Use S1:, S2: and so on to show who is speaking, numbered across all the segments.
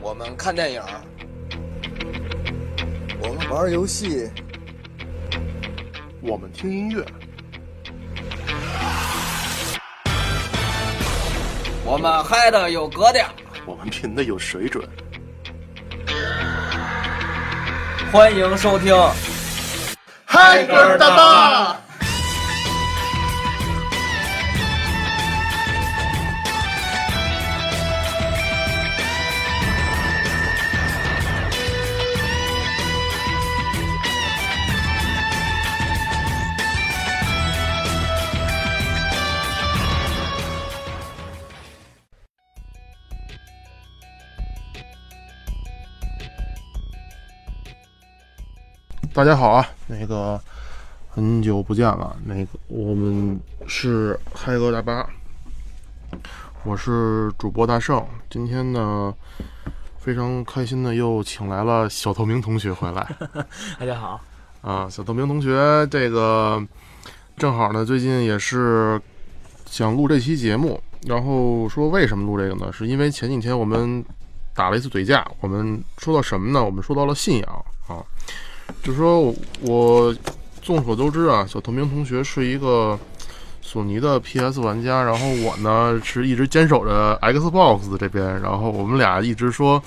S1: 我们看电影，我们玩游戏，
S2: 我们听音乐，
S1: 我们嗨的有格调。
S2: 我们品的有水准。
S1: 欢迎收听，
S2: 嗨
S1: 歌大大，
S2: 大家好啊，那个很久不见了，那个我们是嗨哥大巴，我是主播大圣。今天呢，非常开心的又请来了小透明同学回来
S3: 大家好，
S2: 啊，小透明同学，这个正好呢，最近也是想录这期节目，然后说为什么录这个呢？是因为前几天我们打了一次嘴架，我们说到什么呢？我们说到了信仰啊，就说我众所周知啊，小透明同学是一个索尼的 PS 玩家，然后我呢是一直坚守着 Xbox 这边，然后我们俩一直说，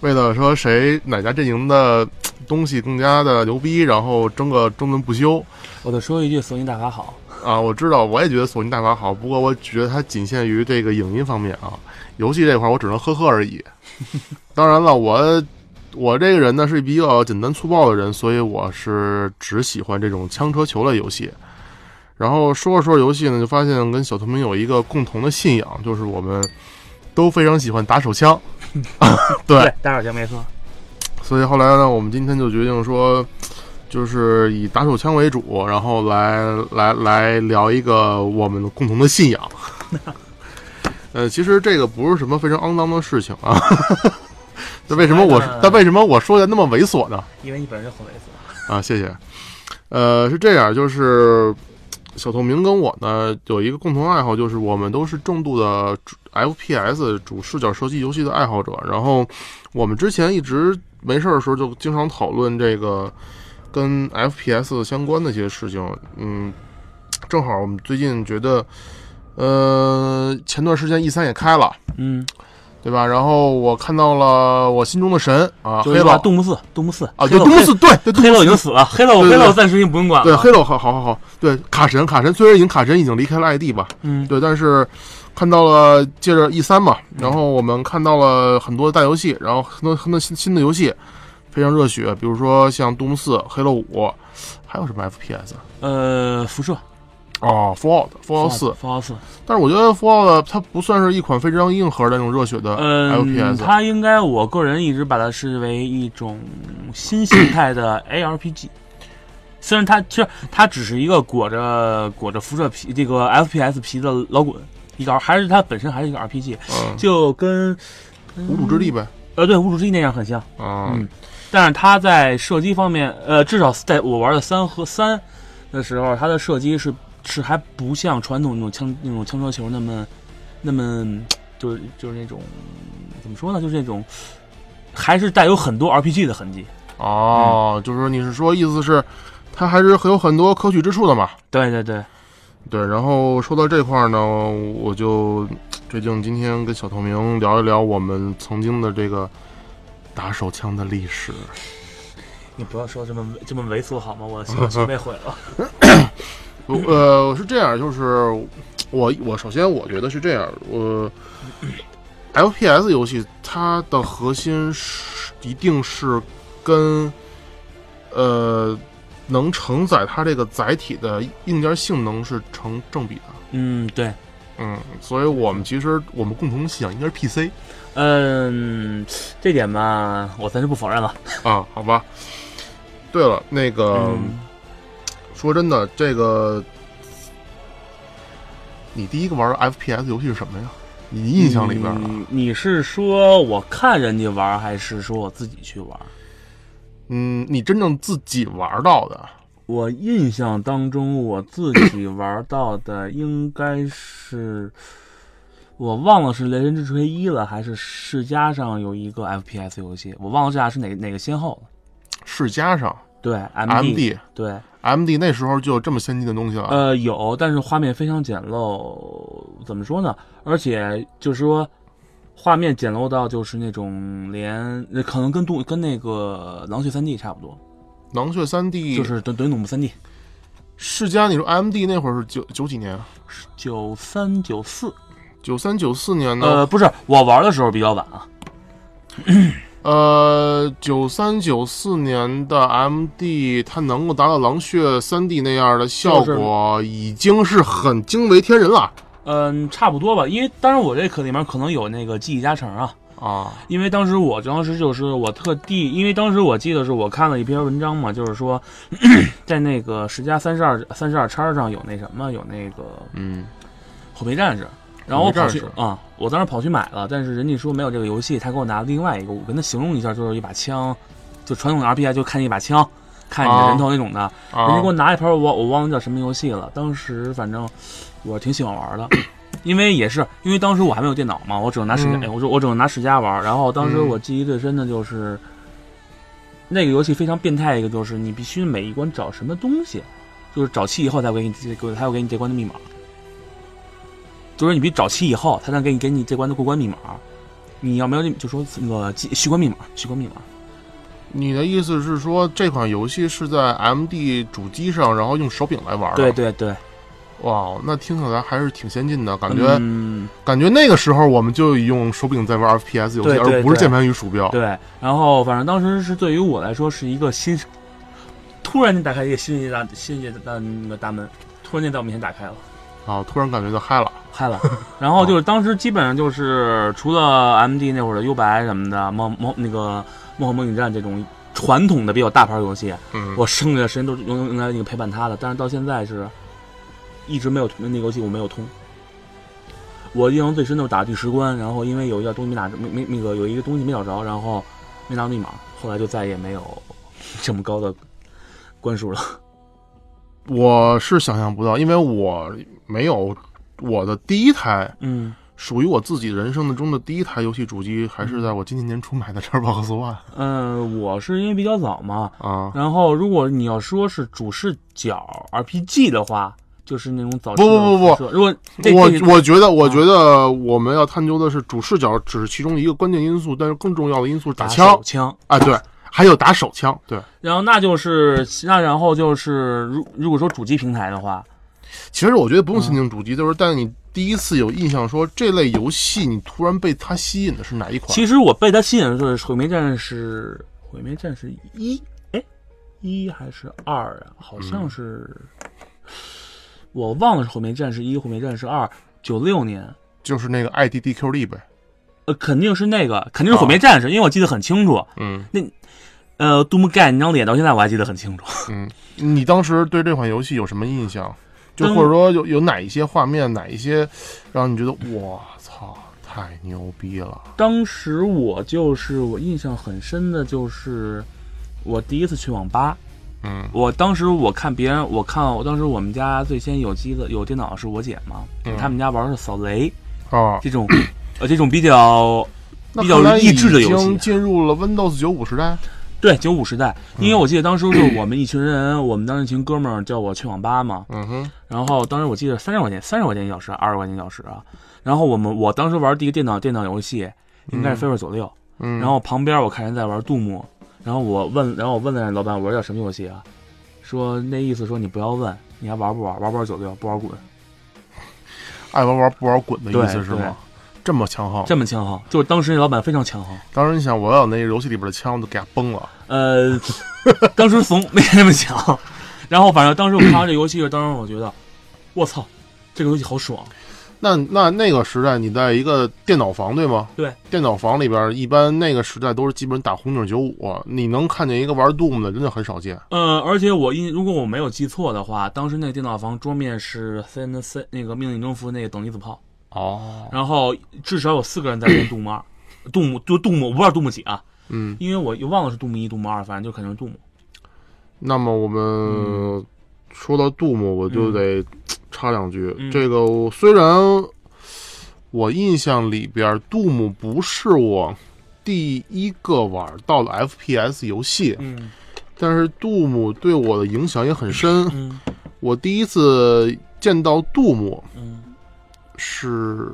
S2: 为了说谁哪家阵营的东西更加的牛逼，然后争个争论不休
S3: 我得说一句，索尼大法好，
S2: 啊！我知道，我也觉得索尼大法好，不过我觉得它仅限于这个影音方面啊，游戏这块我只能呵呵而 已。当然了，我我这个人呢是比较简单粗暴的人，所以我是只喜欢这种枪车球类游戏。然后说着说着游戏呢，就发现跟小透明有一个共同的信仰，就是我们都非常喜欢打手 枪。 对，
S3: 大手枪没错，
S2: 所以后来呢，我们今天就决定说，就是以打手枪为主，然后来来来聊一个我们共同的信仰。 呃，其实这个不是什么非常肮脏的事情啊。 那为什么我
S3: 所以呢
S2: 那为什么我说的那么猥琐呢？
S3: 因为你本身就很猥琐。
S2: 啊，谢谢。呃，是这样，就是小透明跟我呢有一个共同爱好，就是我们都是重度的主 FPS 主视角射击游戏的爱好者。然后我们之前一直没事儿的时候就经常讨论这个跟 FPS 相关的一些事情。嗯，正好我们最近觉得，呃，前段时间 E 三也开了。
S3: 嗯，
S2: 对吧？然后我看到了我心中的神啊，
S3: 就
S2: 黑
S3: 是
S2: 老
S3: 说杜牧寺，杜牧寺
S2: 啊，
S3: 黑
S2: 对，
S3: 漏
S2: 东四对对，
S3: 黑漏已经死了，黑漏
S2: 对
S3: 黑
S2: 对
S3: 漏暂时已经不用管了。
S2: 对，黑豆好好好好，对卡神卡神虽然已经卡神已经离开了 ID 吧，
S3: 嗯，
S2: 对，但是看到了借着 E 三嘛，然后我们看到了很多大游戏，然后很多很多新新的游戏非常热血，比如说像《杜牧四》《黑漏五》，还有什么 FPS
S3: 呃，辐射，
S2: 哦，《Fallout》《Fallout 四》，啊
S3: f o 四，
S2: 但是我觉得《Fallout》它不算是一款非常硬核的那种热血的
S3: 嗯，
S2: FPS，、
S3: 它应该我个人一直把它视为一种新形态的 ARPG。虽然它其实它只是一个裹着裹着辐射皮这个 FPS 皮的老滚，一个还是它本身还是一个 RPG，
S2: 嗯，
S3: 就跟
S2: 无主之地呗，
S3: 呃对无主之地那样很像。
S2: 啊、
S3: 嗯但是它在射击方面，呃，至少在我玩的三和三的时候，它的射击是是还不像传统那种枪那种枪车球那么那么就是就是那种怎么说呢，就是那种还是带有很多 RPG 的痕迹。
S2: 哦，就是说你是说意思是它还是很有很多可取之处的嘛？
S3: 对对对，
S2: 对，然后说到这块儿呢，我就决定今天跟小透明聊一聊我们曾经的这个打手枪的历史。
S3: 你不要说这么这么猥琐好吗？我 我心被毁了。
S2: 我呃，是这样，就是我我首先我觉得是这样，我 FPS 游戏它的核心是一定是跟呃能承载它这个载体的硬件性能是成正比的。
S3: 嗯，对，
S2: 嗯，所以我们其实我们共同信仰应该是 PC。
S3: 嗯，这点吧，我暂时不否认了。
S2: 啊，好吧。对了，那个、
S3: 嗯，
S2: 说真的，这个你第一个玩的 FPS 游戏是什么呀？你印象里边啊的？
S3: 嗯你是说我看人家玩，还是说我自己去玩？
S2: 嗯，你真正自己玩到的？
S3: 我印象当中，我自己玩到的应该是，我忘了是《雷神之锤一》了，还是世嘉上有一个 FPS 游戏，我忘了这俩是哪哪个先后了。
S2: 世嘉上
S3: 对 MD
S2: MD
S3: 对，
S2: MD 那时候就有这么先进的东西了，
S3: 呃，有，但是画面非常简陋，怎么说呢？而且就是说，画面简陋到就是那种连呃可能跟杜跟那个《狼血三 D》差不多，
S2: 狼血三 D
S3: 就是等等于《努木三 D》
S2: 世嘉，你说 MD 那会儿是九九几年啊？
S3: 九三九四。
S2: 九三九四年呢？
S3: 呃，不是，我玩的时候比较晚啊。
S2: 呃，九三九四年的 MD，它能够达到狼血三 D 那样的效果，已经是很惊为天人了
S3: 嗯，差不多吧，因为当然我这可里面可能有那个记忆加成啊，
S2: 啊！
S3: 因为当时我当时就是我特地，因为当时我记得是我看了一篇文章嘛，就是说 在那个十加三十二三十二叉上有那什么有那个
S2: 嗯，
S3: 火焙战士，然后我跑去
S2: 火焙战
S3: 啊、我当时跑去买了，但是人家说没有这个游戏，他给我拿了另外一个，我跟他形容一下，就是一把枪，就传统的 RPG 就看一把枪，看你的人头那种的，人家
S2: 啊
S3: 给我拿一盘，我我忘了叫什么游戏了。当时反正我挺喜欢玩 的，因为也是因为当时我还没有电脑嘛，我只能拿世嘉、
S2: 嗯
S3: 哎我说我只能拿世嘉玩。然后当时
S2: 嗯
S3: 我记忆最深的就是、那个游戏非常变态，一个就是你必须每一关找什么东西，就是找齐以后才会给你这个，才会给你这关的密码。就是你必须找齐以后，才能给你给你这关的过关密码。你要没有就说那个记续关密码，续关密码。
S2: 你的意思是说这款游戏是在 MD 主机上，然后用手柄来玩的？
S3: 对对对，
S2: 哇，那听起来还是挺先进的，感觉、
S3: 嗯
S2: 感觉那个时候我们就用手柄在玩 FPS 游戏，
S3: 对对
S2: 而不是
S3: 对
S2: 键盘与鼠标。
S3: 对，然后反正当时是对于我来说是一个新，突然间打开一个新世界大新世界大那个大门，突然间在我面前打开了，
S2: 啊，突然感觉到嗨了。
S3: 嗨了。然后就是当时基本上就是除了 MD 那会儿的幽白什么的，梦梦那个梦幻梦影战这种传统的比较大牌游戏，
S2: 嗯，
S3: 我剩下的时间都是用用来那个陪伴他的，但是到现在是一直没有那个游戏我没有通。我印象最深的是打第十关，然后因为有一个东西没打没没那个有一个东西没找着，然后没拿密码，后来就再也没有这么高的关数了。
S2: 我是想象不到，因为我没有我的第一台
S3: 嗯，
S2: 属于我自己人生的中的第一台游戏主机，还是在我今年年初买的 Xbox One
S3: 呃，我是因为比较早嘛，
S2: 啊。
S3: 然后如果你要说是主视角 RPG 的话，就是那种早期
S2: 不不不不
S3: 的辐射如果这
S2: 我
S3: 这啊
S2: 我觉得，我觉得我们要探究的是主视角只是其中一个关键因素，但是更重要的因素是打
S3: 打
S2: 枪
S3: 手。嗯枪。
S2: 哎，对，还有打手枪。对，
S3: 然后那就是那然后就是如如果说主机平台的话，
S2: 其实我觉得不用
S3: 嗯
S2: 心情主机，就是但你第一次有印象说这类游戏，你突然被它吸引的是哪一款？
S3: 其实我被它吸引的就是《毁灭战士》，《毁灭战士一》哎，一还是二啊？好像是、
S2: 嗯
S3: 我忘了是《毁灭战士一》《毁灭战士二》，九六年，
S2: 就是那个 IDDQD 呗。
S3: 呃，肯定是那个，肯定是《毁灭战士》因为我记得很清楚。
S2: 嗯，
S3: 呃，杜牧盖那张脸到现在我还记得很清楚。
S2: 你当时对这款游戏有什么印象？就
S3: 当
S2: 或者说有有哪一些画面，哪一些让你觉得我操太牛逼了？
S3: 当时我就是我印象很深的就是我第一次去网吧，
S2: 嗯
S3: 我当时我看别人，我看我当时我们家最先有机的有电脑是我姐嘛，
S2: 嗯
S3: 他们家玩的是扫雷
S2: 啊，
S3: 这种，呃，这种比较
S2: 那
S3: 比较
S2: 看来
S3: 益智的游戏
S2: 已经进入了 Windows 九五时代。
S3: 对九五时代，因为我记得当时是我们一群人，我们当时一群哥们儿叫我去网吧嘛，
S2: 嗯哼，
S3: 然后当时我记得三十块钱，三十块钱一小时，二十块钱一小时啊，然后我们我当时玩第一个电脑电脑游戏应该是《飞瑞左六》，
S2: 嗯，
S3: 然后旁边我看人在玩杜牧，然后我问，然后我问了老板，我说叫什么游戏啊？说那意思说你不要问，你还玩不玩？玩不玩九六，不玩滚，
S2: 爱玩玩不玩滚的意思
S3: 对
S2: 是
S3: 对
S2: 吗？这么强横，
S3: 这么强横，就是当时那老板非常强横。
S2: 当时你想，我要有那个游戏里边的枪，我就给它崩了。
S3: 呃，当时怂没那么强，然后反正当时我看完这游戏，当时我觉得，我操，这个游戏好爽。
S2: 那那那个时代，你在一个电脑房对吗？
S3: 对，
S2: 电脑房里边，一般那个时代都是基本打红警九五，你能看见一个玩 Doom 的，真的很少见。
S3: 呃，而且我印，如果我没有记错的话，当时那个电脑房桌面是 CNC 那个命令征服那个等离子炮，
S2: 哦，
S3: 然后至少有四个人在练 杜牧二，杜牧就杜牧，我不知道杜牧几啊，
S2: 嗯，
S3: 因为我又忘了是杜牧一、杜牧二，反正就肯定是杜牧。
S2: 那么我们
S3: 嗯
S2: 说到杜牧，我就得插两句。这个我虽然我印象里边杜姆不是我第一个玩到的 FPS 游戏，
S3: 嗯
S2: 但是杜姆对我的影响也很深。
S3: 嗯
S2: 我第一次见到杜姆
S3: 嗯，
S2: 是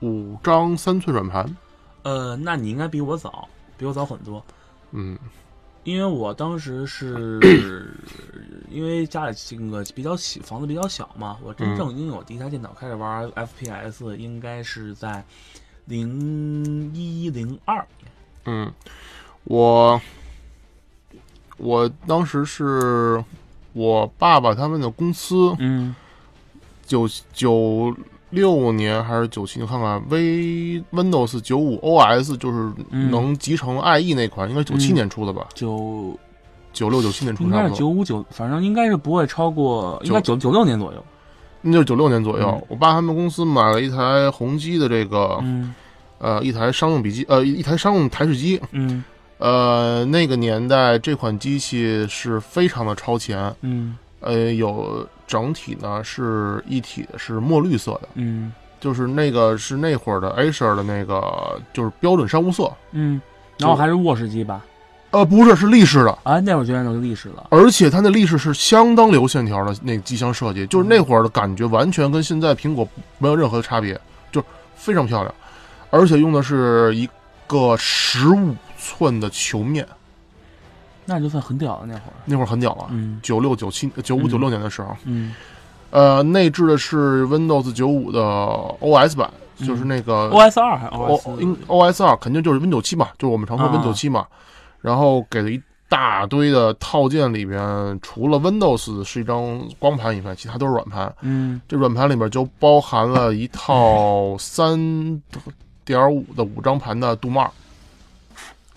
S2: 五张三寸软盘，
S3: 呃，那你应该比我早，比我早很多，
S2: 嗯，
S3: 因为我当时是 因为家里那个比较小，房子比较小嘛，我真正拥有第一台电脑开始玩 FPS，应该是在零一零二，
S2: 嗯，我我当时是我爸爸他们的公司
S3: 嗯
S2: 九九六年还是九七年，看看 V Windows 九五 OS 就是
S3: 嗯
S2: 能集成 IE 那款，应该是九七
S3: 嗯
S2: 年出的吧？
S3: 九
S2: 九六九七年出
S3: 应该
S2: 差
S3: 是
S2: 不
S3: 九
S2: 多，
S3: 五九，反正应该是不会超过，应该九九六年左右。
S2: 那就是九六年左右。
S3: 嗯
S2: 我爸他们公司买了一台宏基的这个、
S3: 嗯
S2: 呃一台商用笔记呃一台商用台式机，
S3: 嗯
S2: 呃那个年代这款机器是非常的超前。
S3: 嗯
S2: 呃，有整体呢是一体的，是墨绿色的，
S3: 嗯
S2: 就是那个是那会儿的 Acer 的那个就是标准商务色，
S3: 嗯，然后还是卧室机吧？
S2: 呃，不是是立式的，
S3: 啊，那会儿觉得都是历史了。
S2: 而且它那立式是相当流线条的那个机箱设计，就是那会儿的感觉完全跟现在苹果没有任何差别，就是非常漂亮，而且用的是一个十五寸的球面，
S3: 那就算很屌了那会儿。
S2: 那会儿很屌啊，
S3: 嗯
S2: 九六九七九五九六年的时候，
S3: 嗯
S2: 呃，内置的是 Windows 九五的 OS 版，就是
S3: 嗯
S2: 那个
S3: ，OS 二还
S2: O
S3: OS
S2: 应 OS 二肯定就是 Win 九七嘛，就是我们常说 Win 九七嘛，然后给了一大堆的套件里边，除了 Windows 是一张光盘以外，其他都是软盘。
S3: 嗯
S2: 这软盘里面就包含了一套三点五的五张盘的杜曼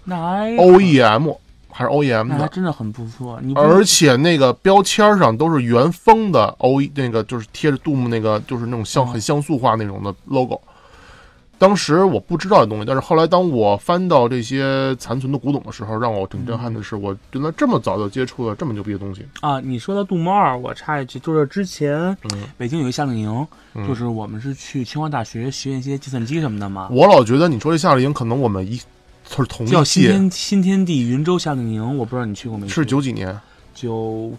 S3: 那还
S2: 哦 OEM 还是 OEM
S3: 那还
S2: 的，
S3: 真的很不错。你不
S2: 而且那个标签上都是原封的 O E 那个就是贴着 Doom 那个就是那种像
S3: 嗯
S2: 很像素化那种的 logo。当时我不知道的东西，但是后来当我翻到这些残存的古董的时候，让我挺震撼的是，我原来这么早就接触了这么牛逼的东西。
S3: 啊，你说到杜牧二，我插一句，就是之前
S2: 嗯
S3: 北京有一夏令营，
S2: 嗯
S3: 就是我们是去清华大学学一些计算机什么的嘛。
S2: 我老觉得你说这夏令营，可能我们一是同
S3: 叫
S2: 一
S3: 新
S2: 届，
S3: 天新天地云州夏令营，我不知道你去过没去？
S2: 是九几年，
S3: 九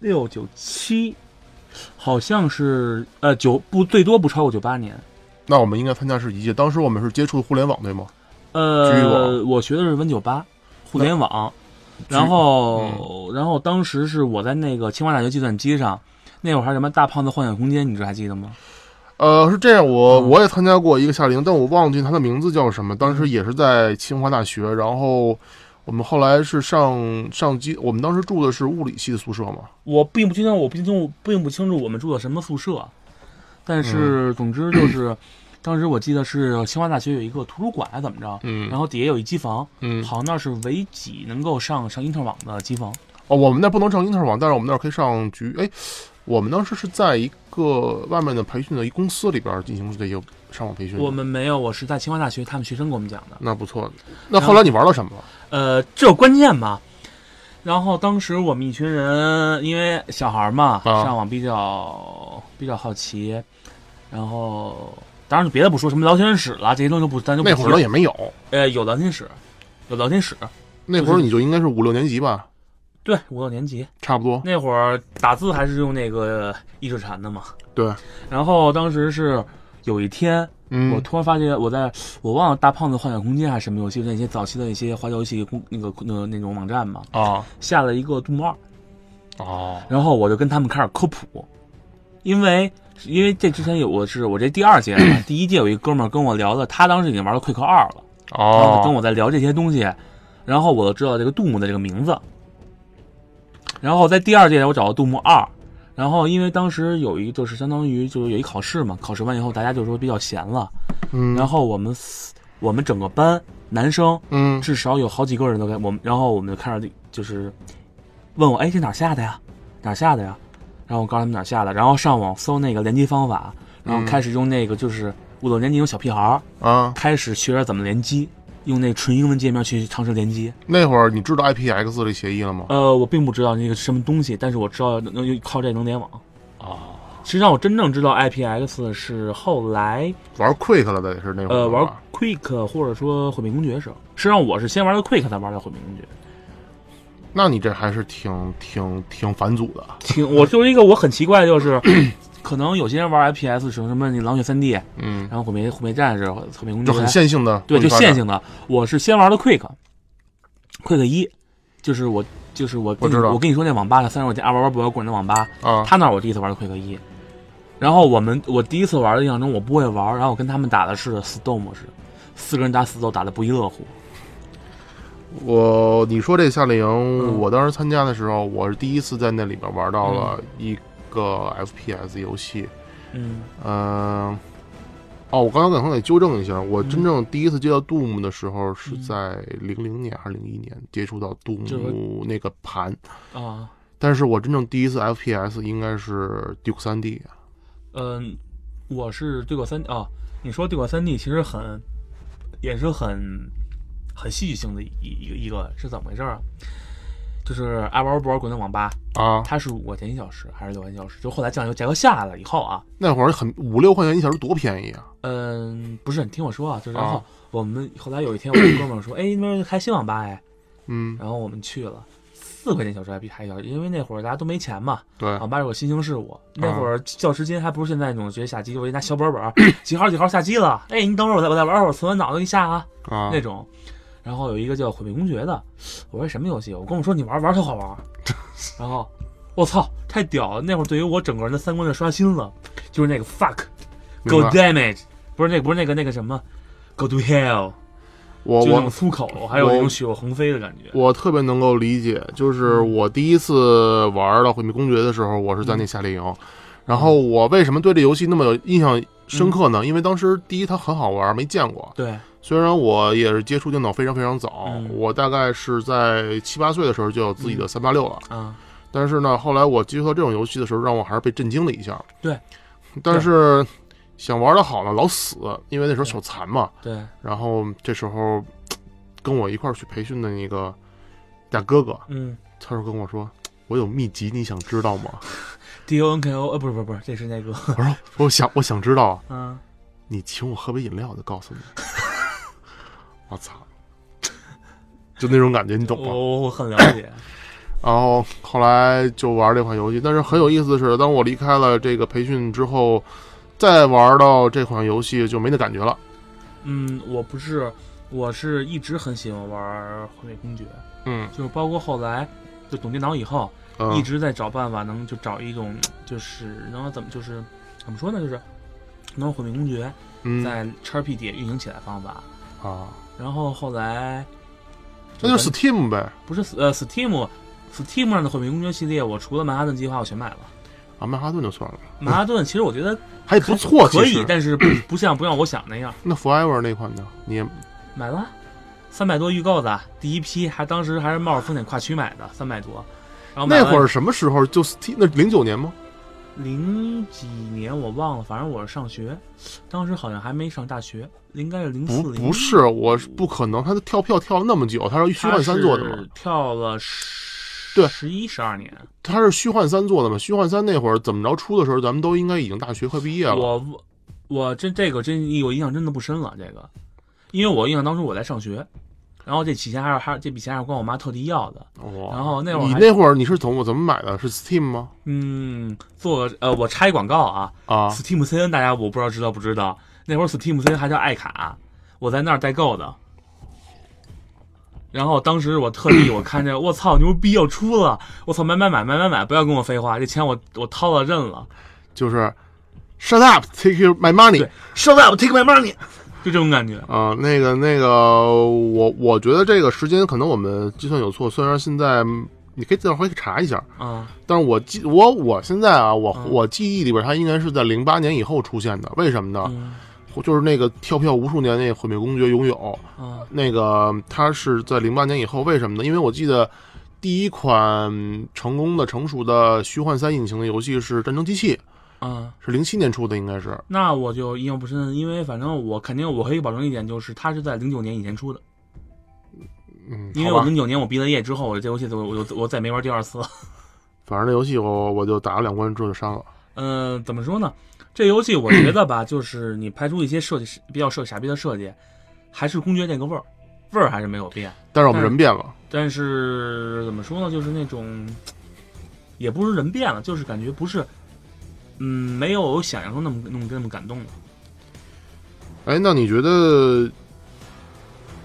S3: 六九七，好像是呃九不最多不超过九八年。
S2: 那我们应该参加是一届。当时我们是接触互联网，对吗？局域
S3: 呃，
S2: 网
S3: 我学的是 Win 九八互联网，然后、然后当时是我在那个清华大学计算机上，那会儿还有什么大胖子幻想空间，你这还记得吗？
S2: 呃，是这样，我、
S3: 嗯
S2: 我也参加过一个夏令营，但我忘记它的名字叫什么。当时也是在清华大学，然后我们后来是上上机，我们当时住的是物理系的宿舍嘛。
S3: 我并不清楚，我并不并不清楚我们住的什么宿舍，但是总之就是， 当时我记得是清华大学有一个图书馆还是怎么着，
S2: 嗯
S3: 然后底下有一机房，
S2: 嗯，
S3: 好像那是唯几能够上上英特尔网的机房。
S2: 哦，我们那不能上英特尔网，但是我们那儿可以上局。哎，我们当时是在一个外面的培训的一公司里边进行这些上网培训。
S3: 我们没有，我是在清华大学他们学生给我们讲的。
S2: 那不错。那后来你玩了什么？
S3: 呃，这有关键嘛。然后当时我们一群人，因为小孩嘛，
S2: 啊
S3: 上网比较比较好奇，然后当然别的不说，什么聊天室啦这些东西都不，咱就不
S2: 那会儿呢
S3: 提
S2: 也没有，
S3: 呃有聊天室，有聊天室，
S2: 那会儿你就应该是五六年级吧，
S3: 对五六年级
S2: 差不多。
S3: 那会儿打字还是用那个易制禅的嘛。
S2: 对，
S3: 然后当时是有一天，我
S2: 嗯，
S3: 突然发现我在我忘了大胖子幻想空间还是什么游戏，那些早期的一些怀旧游戏公那个那那种网站嘛，
S2: 啊
S3: 下了一个杜牧二。
S2: 哦，
S3: 然后我就跟他们开始科普，因为因为这之前有我是我这第二 届了嘛，第一届有一哥们儿跟我聊的，他当时已经玩到 Quick 二了，然后跟
S2: 哦，
S3: 我在聊这些东西，然后我就知道这个杜牧的这个名字，然后在第二届我找到杜牧二。然后，因为当时有一就是相当于就是有一考试嘛，考试完以后大家就说比较闲了，
S2: 嗯
S3: 然后我们四我们整个班男生
S2: 嗯
S3: 至少有好几个人都给我们，然后我们就开始就是问我，哎，这哪儿下的呀？哪儿下的呀？然后我告诉他们哪儿下的，然后上网搜那个联机方法，然后开始用那个就是五六年级有小屁孩儿
S2: 啊，
S3: 开始学着怎么联机，用那纯英文界面去尝试联机。
S2: 那会儿你知道 IPX 这协议了吗？
S3: 呃，我并不知道那个是什么东西，但是我知道能能靠这能联网。
S2: 啊，
S3: 实际上我真正知道 IPX 是后来
S2: 玩 Quick 了的也是那会儿吧。
S3: 呃玩 Quick 或者说毁灭公爵时候，实际上我是先玩的 Quick 才玩的毁灭公爵。
S2: 那你这还是挺挺挺反祖的。
S3: 挺我就是一个我很奇怪的就是，可能有些人玩 FPS 什么什么你狼血三 D，然
S2: 嗯，
S3: 后毁灭毁灭战士、毁灭公爵
S2: 就很线性的，
S3: 对，就线
S2: 性。
S3: 性的。我是先玩的 Quick，Quick 一，就是我就是我跟你
S2: 我知道
S3: 我跟你说那网吧的三十块钱二玩玩不摇滚的网吧，
S2: 啊，
S3: 他那儿我第一次玩的 Quick 一。然后我们我第一次玩的印象中我不会玩，然后我跟他们打的是死斗模式，四个人打死斗打的不亦乐乎。
S2: 我你说这夏令
S3: 嗯
S2: 营，我当时参加的时候，我是第一次在那里边玩到了一个 FPS 游戏。
S3: 嗯
S2: 嗯，哦，我刚刚可能得纠正一下，我真正第一次接到 Doom 的时候是在零零年还是零一年接触到
S3: 嗯这个
S2: Doom 那个盘，
S3: 啊，
S2: 但是我真正第一次 FPS 应该是 Duke 三 D。
S3: 嗯，我是对过三啊，你说对过三 D 其实很，也是很很戏剧性的一一个一个是怎么回事儿啊？就是爱玩不玩滚的网吧，
S2: 啊，
S3: 它是五块钱一小时还是六块钱一小时？就后来酱油价格下来了以后啊，
S2: 那会儿很五六块钱一小时多便宜啊！
S3: 嗯，不是，你听我说啊，就是然后
S2: 啊
S3: 我们后来有一天，我跟哥们儿说，哎， 那边开新网吧哎，
S2: 嗯，
S3: 然后我们去了，四块钱一小时还比还小，因为那会儿大家都没钱嘛，
S2: 对，
S3: 网吧有个新兴事物，那
S2: 啊
S3: 会儿教师金还不是现在那种直接下机，我一拿小本本儿，几号几号下机了，哎，你等会儿我再我再玩会儿，存完脑子给你下啊
S2: 啊
S3: 那，种。然后有一个叫《毁灭公爵》的，我说什么游戏？我跟我说你玩玩特好玩儿，然后我操，太屌了！那会儿对于我整个人的三观的刷新了，就是那个 fuck
S2: 明
S3: go
S2: 白
S3: damage，不是那不是那个那个什么 go to hell，
S2: 我
S3: 就那种
S2: 我
S3: 粗口，还有那
S2: 我
S3: 种血肉横飞的感觉。
S2: 我特别能够理解，就是
S3: 嗯
S2: 我第一次玩到《毁灭公爵》的时候，我是在那夏令营。
S3: 嗯
S2: 然后我为什么对这游戏那么有印象深刻呢？因为当时第一它很好玩，没见过。
S3: 对，
S2: 虽然我也是接触电脑非常非常早，
S3: 嗯
S2: 我大概是在七八岁的时候就有自己的三八六了。
S3: 啊，
S2: 但是呢，后来我接触到这种游戏的时候，让我还是被震惊了一下。
S3: 对，
S2: 但是想玩的好呢，老死，因为那时候手残嘛。
S3: 对，
S2: 然后这时候跟我一块儿去培训的那个大哥哥，
S3: 嗯
S2: 他说跟我说。我有秘籍，你想知道吗？
S3: ，D O N K O，呃，不是不是不是，这是那个，
S2: 我说，我想，我想知道啊。
S3: 嗯，
S2: 你请我喝杯饮料，我就告诉你。 我操，就那种感觉，你懂吗？
S3: 我我很了解，
S2: 然后后来就玩这款游戏，但是很有意思的是，当我离开了这个培训之后，再玩到这款游戏就没那感觉了。
S3: 嗯，我不是，我是一直很喜欢玩《毁灭公爵》，
S2: 嗯
S3: 就是包括后来就懂电脑以后，一
S2: 嗯
S3: 直在找办法能就找一种就是能怎么就是怎么说呢，就是能让毁灭公爵
S2: 嗯
S3: 在 XP 底下运行起来的方法。
S2: 啊，
S3: 然后后来
S2: 那就是
S3: 咱
S2: Steam 呗
S3: 不是呃 Steam Steam 上的毁灭公爵系列，我除了曼哈顿计划我全买了。
S2: 啊，曼哈顿就算了，
S3: 曼哈顿其实我觉得
S2: 还不错，
S3: 可
S2: 其
S3: 以
S2: 实，
S3: 但是不不像不像我想那样
S2: 那 Forever 那款呢？你也
S3: 买了。三百多预购的第一批，还当时还是冒着风险跨区买的，三百多。然后买
S2: 那
S3: 完
S2: 会儿什么时候？就 Steam 那零九年吗？
S3: 零几年我忘了，反正我是上学，当时好像还没上大学，应该是零
S2: 不
S3: 四零。
S2: 不是，我是不可能，他跳票跳了那么久，他是虚
S3: 他
S2: 幻三做的
S3: 是
S2: 嘛？
S3: 跳了十
S2: 对
S3: 十一十二年。
S2: 他是虚幻三做的嘛？虚幻三那会儿怎么着出的时候，咱们都应该已经大学快毕业了。
S3: 我我这这个真我印象真的不深了，这个，因为我印象当初我在上学，然后这笔钱还是还这笔钱还是管我妈特地要的，
S2: 哇，
S3: 然后那会儿
S2: 你
S3: 还
S2: 那会儿你是从我怎么买的？是 Steam 吗？
S3: 嗯，做呃我插一广告啊
S2: 啊，
S3: ，Steam CN 大家我不知道知道不知道，那会儿 Steam CN 还叫爱卡，我在那儿代购的。然后当时我特地我看 着我操牛逼要出了，我操买买买买买买，不要跟我废话，这钱我我掏了认了，
S2: 就是 Shut up, take your my money
S3: 对。上来我 take my money，就这种感觉。
S2: 啊、那个那个，我我觉得这个时间可能我们计算有错，虽然现在嗯你可以到回去查一下，
S3: 啊
S2: 但是我记我我现在啊，我、
S3: 嗯
S2: 我记忆里边它应该是在零八年以后出现的，为什么呢？
S3: 嗯
S2: 就是那个跳票无数年那个毁灭公爵拥有，
S3: 啊
S2: 那个它是在零八年以后，为什么呢？因为我记得第一款成功的成熟的虚幻三引擎的游戏是《战争机器》，
S3: 啊！
S2: 是零七年出的，应该是。
S3: 那我就印象不深，因为反正我肯定我可以保证一点，就是它是在零九年以前出的，
S2: 嗯，
S3: 因为
S2: 好
S3: 我
S2: 吧，
S3: 零九年我毕了业之后，我这游戏就我我就我再没玩第二次了。
S2: 反正那游戏我我就打了两关之后就删了。
S3: 嗯、怎么说呢？这游戏我觉得吧，就是你排除一些设计师比较设傻逼的设计，还是公爵那个味儿，味儿还是没有变。
S2: 但是我们
S3: 但是
S2: 人变了，
S3: 但是怎么说呢，就是那种，也不是人变了，就是感觉不是，嗯，没有想象中那么那么那么感动了。
S2: 哎，那你觉得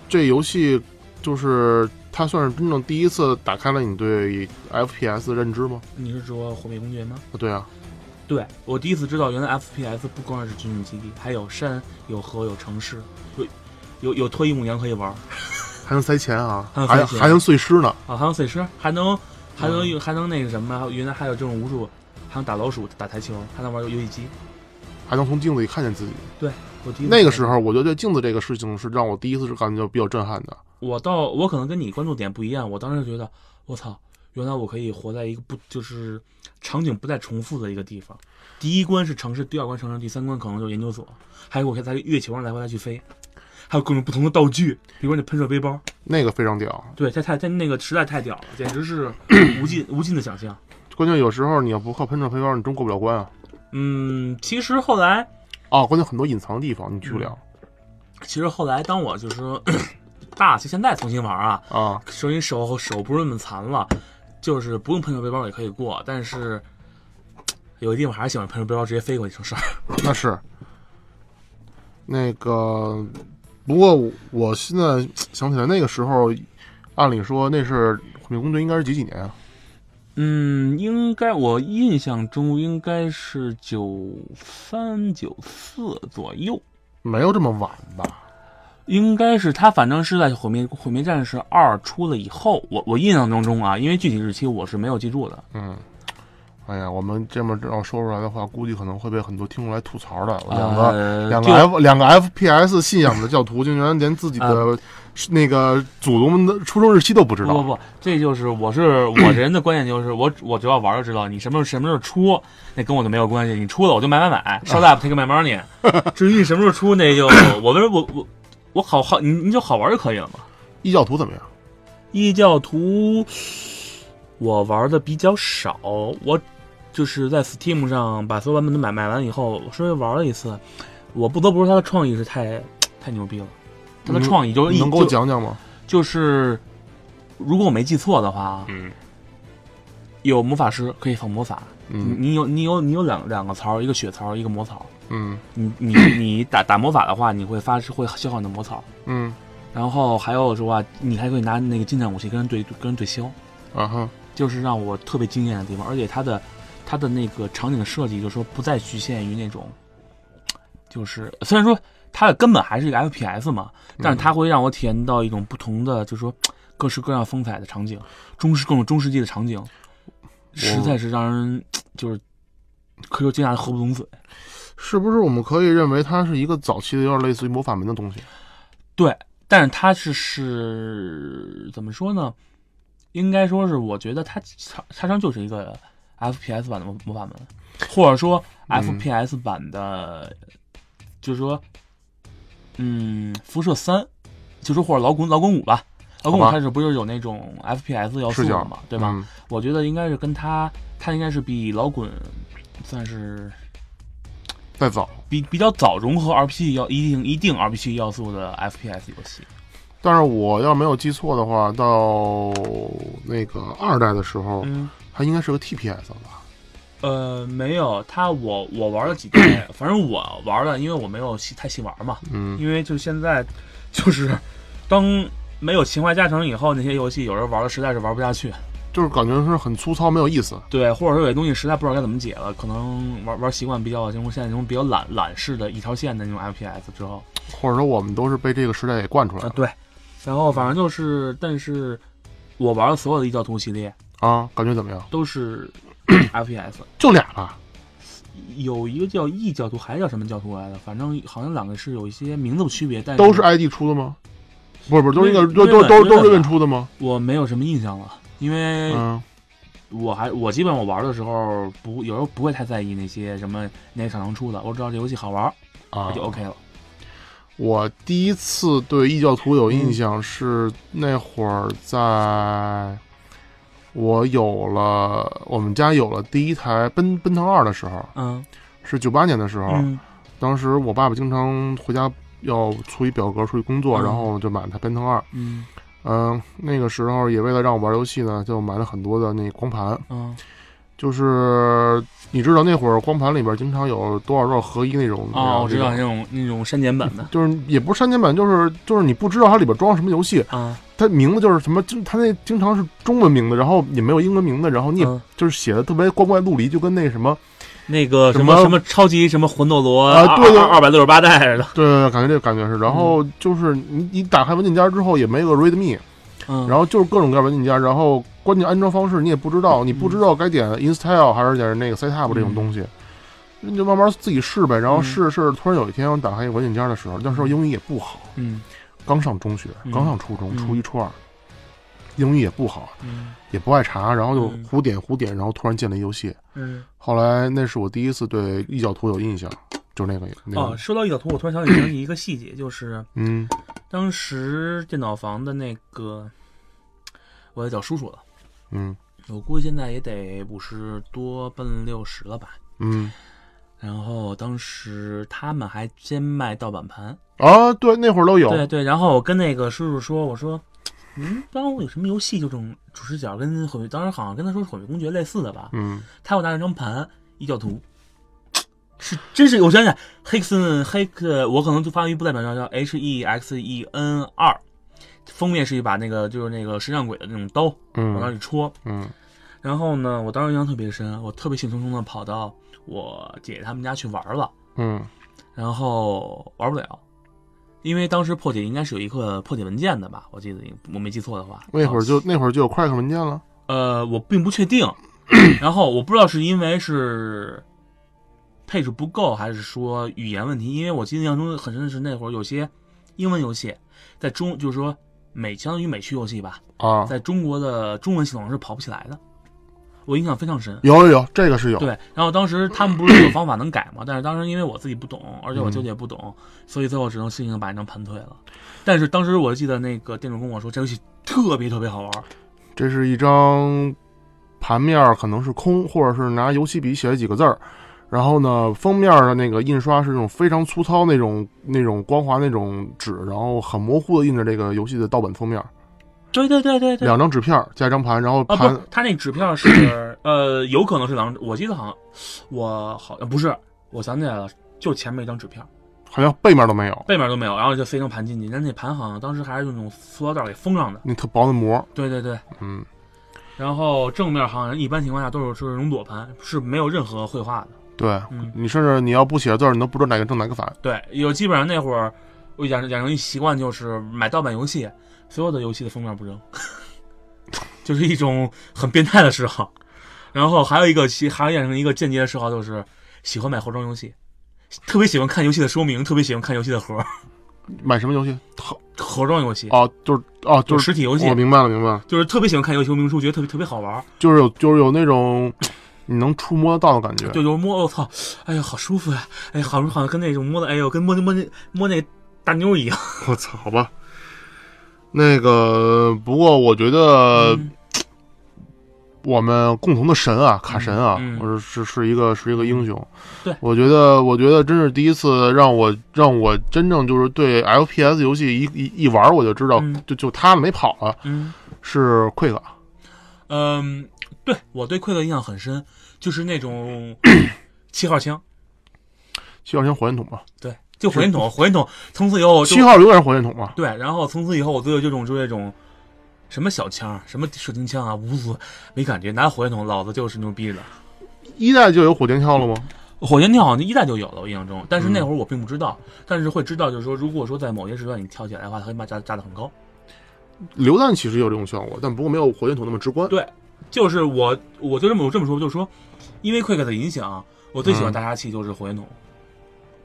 S2: 这游戏就是它算是真正第一次打开了你对 FPS 的认知吗？
S3: 你是说《火灭公爵》吗？
S2: 啊对啊，
S3: 对我第一次知道，原来 FPS 不光是军事基地，还有山、有河、有城市，有有有脱衣舞娘可以玩儿
S2: 还能塞钱啊，
S3: 还能
S2: 还
S3: 塞钱
S2: 还能碎尸呢。
S3: 啊，还有碎尸，还能还能、
S2: 嗯
S3: 还能那个什么，还有原来还有这种武术，还能打老鼠、打台球，还能玩游戏机。
S2: 还能从镜子里看见自己。
S3: 我第一次
S2: 那个
S3: 看
S2: 时，候，我觉得镜子这个事情是让我第一次感觉到比较震撼的。
S3: 我到我可能跟你关注点不一样，我当时觉得我操，原来我可以活在一个不就是场景不再重复的一个地方。第一关是城市，第二关城市，第三关可能就是研究所，还有我可以在月球上来回来去飞，还有各种不同的道具，比如说那喷射背包。
S2: 那个非常屌，
S3: 对，它太它那个实在太屌了，简直是无尽无尽的想象。
S2: 关键有时候你要不靠喷射飞镖，你真过不了关啊！
S3: 嗯，其实后来
S2: 啊，关键很多隐藏的地方你去不了、
S3: 其实后来当我就是说大学现在重新玩啊，
S2: 啊。
S3: 说你手手不是那么残了，就是不用喷射背包也可以过，但是有一地方还是喜欢喷射背包直接飞过去成事 儿。
S2: 那是那个，不过我我现在想起来，那个时候，按理说那是《毁灭公爵》应该是几几年啊？
S3: 嗯，应该我印象中应该是九三九四左右，
S2: 没有这么晚吧？
S3: 应该是他反正是在毁灭毁灭战士二出了以后，我我印象当中啊，因为具体日期我是没有记住的。
S2: 嗯。哎呀，我们这么这样说出来的话，估计可能会被很多听众来吐槽的。两个、
S3: 呃、
S2: 两个
S3: 就
S2: F 两个 FPS 信仰的教徒，竟然连自己的那个祖宗们的出生日期都不知
S3: 呃不不
S2: 道。
S3: 不，这就是 我是我这人的观点，就是我我只要玩就知道，你什么时候什么时候出，那跟我就没有关系。你出了我就买 买买，shut up take my money。至于你什么时候出，那就我为什么我我我好好你你就好玩就可以了嘛。
S2: 异教徒怎么样？
S3: 异教徒我玩的比较少，我就是在 Steam 上把所有版本都买买完以后，我稍微玩了一次，我不得不说他的创意是太太牛逼了，他的
S2: 嗯
S3: 创意就是
S2: 你
S3: 一
S2: 能给我
S3: 就
S2: 讲讲吗？
S3: 就是如果我没记错的话啊。
S2: 嗯
S3: 有魔法师可以放魔法，
S2: 嗯
S3: 你你有你有你有两两个槽，一个血槽，一个魔槽。
S2: 嗯
S3: 你你你打打魔法的话，你会发会消耗你的魔槽。
S2: 嗯
S3: 然后还有说啊，你还可以拿那个近战武器跟人对跟人对消，
S2: 啊哈，
S3: 就是让我特别惊艳的地方。而且它的它的那个场景的设计，就是说不再局限于那种，就是虽然说它的根本还是一个 FPS 嘛，但是它会让我体验到一种不同的，就是说各式各样风采的场景，中世各种中世纪的场景，实在是让人就是可以说惊讶的合不拢嘴。
S2: 是不是我们可以认为它是一个早期的有点类似于魔法门的东西？
S3: 对，但是它是是怎么说呢？应该说是，我觉得它它它上就是一个 FPS 版的魔魔法门，或者说
S2: 嗯
S3: FPS 版的，就是说，嗯，辐射三，就说或者老滚老滚五吧。老滚
S2: 好
S3: 五
S2: 吧
S3: 开始不就是有那种 FPS 要素
S2: 视角
S3: 嘛，对吧？
S2: 嗯
S3: 我觉得应该是跟它，它应该是比老滚算是
S2: 再早，
S3: 比比较早融合 RPG 要一定一定 RPG 要素的 FPS 游戏。
S2: 但是我要没有记错的话，到那个二代的时候，
S3: 嗯，
S2: 它应该是个 TPS 了吧？
S3: 呃，没有，他我我玩了几天，反正我玩了，因为我没有细太细玩嘛，
S2: 嗯，
S3: 因为就是现在就是当没有情怀加成以后，那些游戏有人玩的实在是玩不下去，
S2: 就是感觉是很粗糙，没有意思。
S3: 对，或者说有些东西实在不知道该怎么解了，可能玩玩习惯比较就是现在这种比较懒懒式的一条线的那种 FPS 之后，
S2: 或者说我们都是被这个时代给惯出来的
S3: 啊对，然后反正就是，但是我玩的所有的异教徒系列
S2: 啊，感觉怎么样？
S3: 都是 FPS，
S2: 就俩了。
S3: 有一个叫异教徒，还叫什么教徒来的？反正好像两个是有一些名字区别，但
S2: 都是 ID 出的吗？不是不是，都是
S3: 瑞
S2: 应该都都都
S3: 瑞本
S2: 都是认
S3: 瑞本
S2: 出的吗？
S3: 我没有什么印象了，因为
S2: 嗯，
S3: 我还我基本我玩的时候不有时候不会太在意那些什么哪个厂商出的，我只要这游戏好玩
S2: 啊
S3: 我就 OK 了。
S2: 我第一次
S3: 嗯
S2: 对异教徒有印象是那会儿在，我有了我们家有了第一台奔奔腾二的时候，
S3: 嗯
S2: 是九八年的时候，
S3: 嗯
S2: 当时我爸爸经常回家要出一表格出去工作，
S3: 嗯
S2: 然后就买了台奔腾二。
S3: 嗯
S2: 嗯，那个时候也为了让我玩游戏呢，就买了很多的那光盘。
S3: 嗯
S2: 就是你知道那会儿光盘里边经常有多少多少合一那种
S3: 哦，我知道
S2: 那
S3: 那
S2: 种
S3: 种那种删减版的
S2: 就是也不是删减版，就是就是你不知道它里边装什么游戏，
S3: 啊，
S2: 它名字就是什么，就它那经常是中文名字，然后也没有英文名字，然后你也
S3: 嗯
S2: 就是写的特别光怪陆离，就跟那个什么，
S3: 那个什么
S2: 什么
S3: 什么超级什么魂斗罗
S2: 啊对对
S3: 二百六十八代似的，
S2: 对对对，感觉这个感觉是。然后就是你你打开文件夹之后也没有 README，
S3: 嗯，
S2: 然后就是各种各样文件夹，然后关键安装方式你也不知
S3: 嗯
S2: 道，你不知道该点 install 还是点那个 setup 这种东西，你就慢慢自己试呗。然后
S3: 嗯
S2: 试着试着，突然有一天我打开一个文件夹的时候，那时候英语也不好，
S3: 嗯
S2: 刚上中学，
S3: 嗯
S2: 刚上初中，
S3: 嗯
S2: 初一初二，英语也不好，
S3: 嗯
S2: 也不爱查，然后就
S3: 嗯
S2: 胡点胡点，然后突然进了一游戏。
S3: 嗯，
S2: 后来那是我第一次对异教徒有印象，就那个那
S3: 哦，
S2: 个，
S3: 说到异教徒，我突然想起想起一个细节，就是
S2: 嗯
S3: 当时电脑房的那个，我也叫叔叔了，
S2: 嗯
S3: 我估计现在也得五十多奔六十了吧。
S2: 嗯
S3: 然后当时他们还先卖盗版盘，
S2: 啊，对，那会儿都有，
S3: 对对。然后我跟那个叔叔说，我说，嗯，当我有什么游戏就这种主视角跟毁，当时好像跟他说毁灭公爵类似的吧。
S2: 嗯
S3: 他给我拿了一张盘，异教徒，是真是我想想，黑克森黑克，我可能就发音不代表叫叫 H E X E N 二，封面是一把那个就是那个神像鬼的那种刀往那
S2: 嗯
S3: 里戳。
S2: 嗯
S3: 然后呢，我当时印象特别深，我特别兴冲冲的跑到我姐他们家去玩了，
S2: 嗯
S3: 然后玩不了。因为当时破解应该是有一个破解文件的吧，我记得我没记错的话，
S2: 那会儿就那会儿就有快克文件了，
S3: 呃，我并不确定。 然后我不知道是因为是配置不够，还是说语言问题。因为我印象中很深的是那会儿有些英文游戏在中，就是说美相当于美区游戏吧，
S2: 啊，
S3: 哦在中国的中文系统是跑不起来的。我印象非常深。
S2: 有有有，这个是有，
S3: 对，然后当时他们不是有方法能改吗？但是当时因为我自己不懂，而且我舅舅也不懂，所以最后只能悻悻地把那张盘退了。但是当时我记得那个店主跟我说，这游戏特别特别好玩儿。
S2: 这是一张盘面儿可能是空，或者是拿油漆笔写了几个字儿，然后呢，封面儿的那个印刷是那种非常粗糙那种那种光滑那种纸，然后很模糊的印着这个游戏的盗版封面儿，
S3: 对对对对对，
S2: 两张纸片儿加一张盘，然后
S3: 啊，
S2: 盘
S3: 不，他那纸票是呃，有可能是两张，我记得好像我好呃像不是，我想起来了，就前面一张纸票，
S2: 好像背面都没有，
S3: 背面都没有，然后就塞一张盘进去，但那盘好像当时还是用那种塑料袋给封上的。
S2: 那特薄的膜，
S3: 对对对，
S2: 嗯，
S3: 然后正面好像一般情况下都是是那种裸盘，是没有任何绘画的。
S2: 对。
S3: 嗯，
S2: 你甚至你要不写字儿，你都不知道哪个正哪个反。
S3: 对，有基本上那会儿我养养成一习惯就是买盗版游戏，所有的游戏的封面不扔， 就是一种很变态的嗜好。然后还有一个其还养成一个间接的嗜好，就是喜欢买盒装游戏，特别喜欢看游戏的说明，特别喜欢看游戏的盒儿
S2: 买什么游戏？好
S3: 盒装游戏，
S2: 哦，就是哦，就
S3: 就
S2: 是是
S3: 实体游戏
S2: 我，明白了，明白了，
S3: 就是特别喜欢看游戏说明书，觉得特别特别好玩儿，
S2: 就是有就是有那种你能触摸得到的感觉。
S3: 就就摸我操，哎呀好舒服呀、哎呀好好像跟那种摸的，哎呦跟摸摸那摸那大妞一样。
S2: 我操，好吧。那个，不过我觉得
S3: 嗯
S2: 我们共同的神啊，卡神啊，
S3: 嗯
S2: 我是是是一个是一个英雄。
S3: 对
S2: 我觉得，我觉得真是第一次让我让我真正就是对 FPS 游戏一一一玩，我就知道，
S3: 嗯
S2: 就就他没跑了，
S3: 嗯
S2: 是 Quick
S3: 嗯，对我对溃的印象很深，就是 那种七号枪，
S2: 七号先火箭筒嘛，
S3: 对，就火箭筒，火箭筒。从此以后我就
S2: 七号永远是火箭筒嘛，
S3: 对，然后从此以后我对这种就这种什么小枪、什么射钉枪啊，无所没感觉，拿火箭筒老子就是牛逼的。
S2: 一代就有火箭跳了吗？
S3: 火箭跳好像一代就有了，我印象中，但是
S2: 嗯
S3: 那会儿我并不知道，但是会知道，就是说，如果说在某些时段你跳起来的话，它会把炸炸得很高。
S2: 榴弹其实有这种效果，但不过没有火箭筒那么直观。
S3: 对就是我，我就这么我这么说，就是说，因为 Quick 的影响，啊我最喜欢
S2: 嗯
S3: 大杀器就是火箭筒，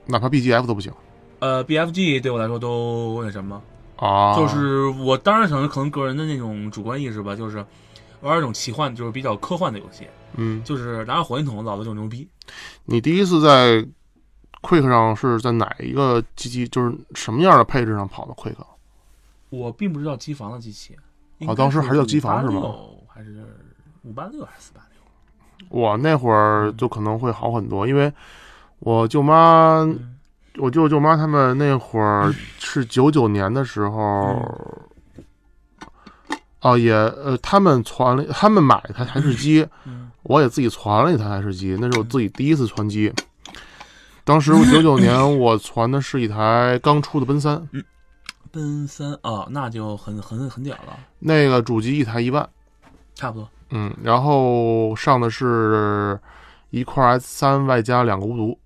S2: 哪怕 BGF 都不行
S3: 呃，BFG 对我来说都那什么。
S2: 啊，
S3: 就是我当然可能可能个人的那种主观意识吧，就是玩一种奇幻，就是比较科幻的游戏，
S2: 嗯，
S3: 就是拿着火箭筒，老子就牛逼。
S2: 你第一次在 Quick 上是在哪一个机器，就是什么样的配置上跑的 Quick？
S3: 我并不知道机房的机器，
S2: 当时还是叫机房是
S3: 是
S2: 吗？
S3: 还是五八六还是四八六？
S2: 我那会儿就可能会好很多，因为我舅妈、
S3: 嗯
S2: 我舅舅妈他们那会儿是九九年的时候，
S3: 嗯
S2: 哦、也呃，他们传了，他们买了一台台式机，
S3: 嗯
S2: 我也自己传了一台台式机，那是我自己第一次传机。当时九九 年我传的是一台刚出的奔三，
S3: 奔三啊、那嗯就很很很屌了，
S2: 那个主机一台一万，
S3: 差不多。
S2: 嗯，然后上的是一块 S 三外加两个无毒，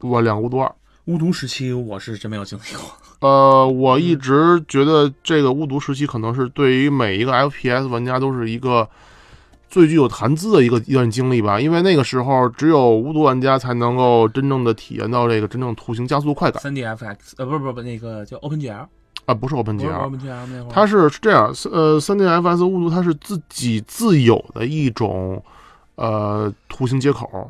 S2: 我两个无毒二。
S3: 巫毒时期我是真没有经历过，
S2: 呃，我一直觉得这个巫毒时期可能是对于每一个 FPS 玩家都是一个最具有谈资的一个一段经历吧，因为那个时候只有巫毒玩家才能够真正的体验到这个真正图形加速的快感
S3: 三 DFX 呃不是不是不是那个叫 OpenGL，
S2: 啊，不是 Open
S3: 不
S2: g
S3: 是
S2: r
S3: OpenGL 那会儿，
S2: 它是是这样，呃，三 DFS 巫毒它是自己自有的一种呃图形接口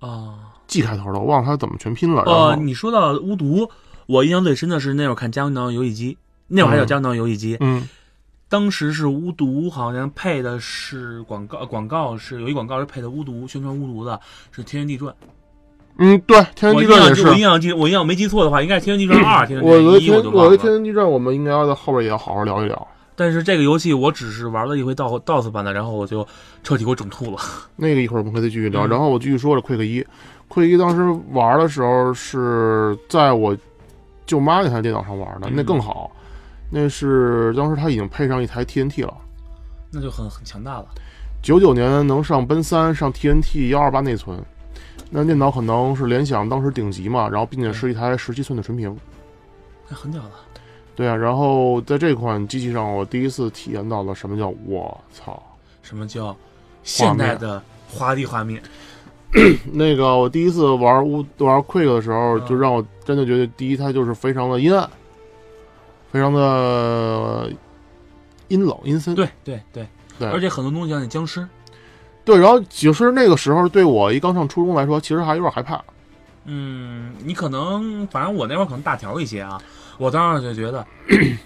S3: 啊
S2: ，G 开头的，我忘了它怎么全拼了。然后
S3: 呃，你说到巫毒，我印象最深的是那会儿看《家用电脑游戏机》，那会儿还有《家用电脑游戏机》
S2: 嗯
S3: 当时是巫毒，好像配的是广告，呃广告是有一广告是配的巫毒，宣传巫毒的是《天旋地转》。
S2: 嗯，对，《天
S3: 我
S2: 地
S3: 印
S2: 传》也
S3: 象记
S2: 是
S3: 我。印象记我印象没记错的话，应该是《天旋地转 二》《天旋
S2: 我觉得
S3: 地转一》，
S2: 天
S3: 我就，
S2: 我觉
S3: 忘
S2: 得《
S3: 了。
S2: 天地传》我们应该要在后边也要好好聊一聊。
S3: 但是这个游戏我只是玩了一回 DOS DOS 版的，然后我就彻底给我整吐了。
S2: 那个一会儿我们可以再继续聊。
S3: 嗯
S2: 然后我继续说了 Quick 一，Quick 一当时玩的时候是在我舅妈那台电脑上玩的，
S3: 嗯
S2: 那更好。那是当时它已经配上一台 TNT 了，
S3: 那就很很强大了。
S2: 九九年能上奔三，上 TNT 幺二八内存。那电脑可能是联想当时顶级嘛，然后并且是一台十七寸的纯屏。
S3: 那很屌了，
S2: 对啊，然后在这款机器上，我第一次体验到了什么叫我操。
S3: 什么叫现代的华丽画面？
S2: 那个我第一次玩乌玩 Quick 的时候，
S3: 嗯
S2: 就让我真的觉得，第一它就是非常的阴暗，非常的呃阴冷阴森。
S3: 对对对，
S2: 对
S3: 而且很多东西像那僵尸，
S2: 对，然后其实那个时候对我一刚上初中来说，其实还有点害怕。
S3: 嗯，你可能，反正我那会儿可能大条一些啊，我当时就觉得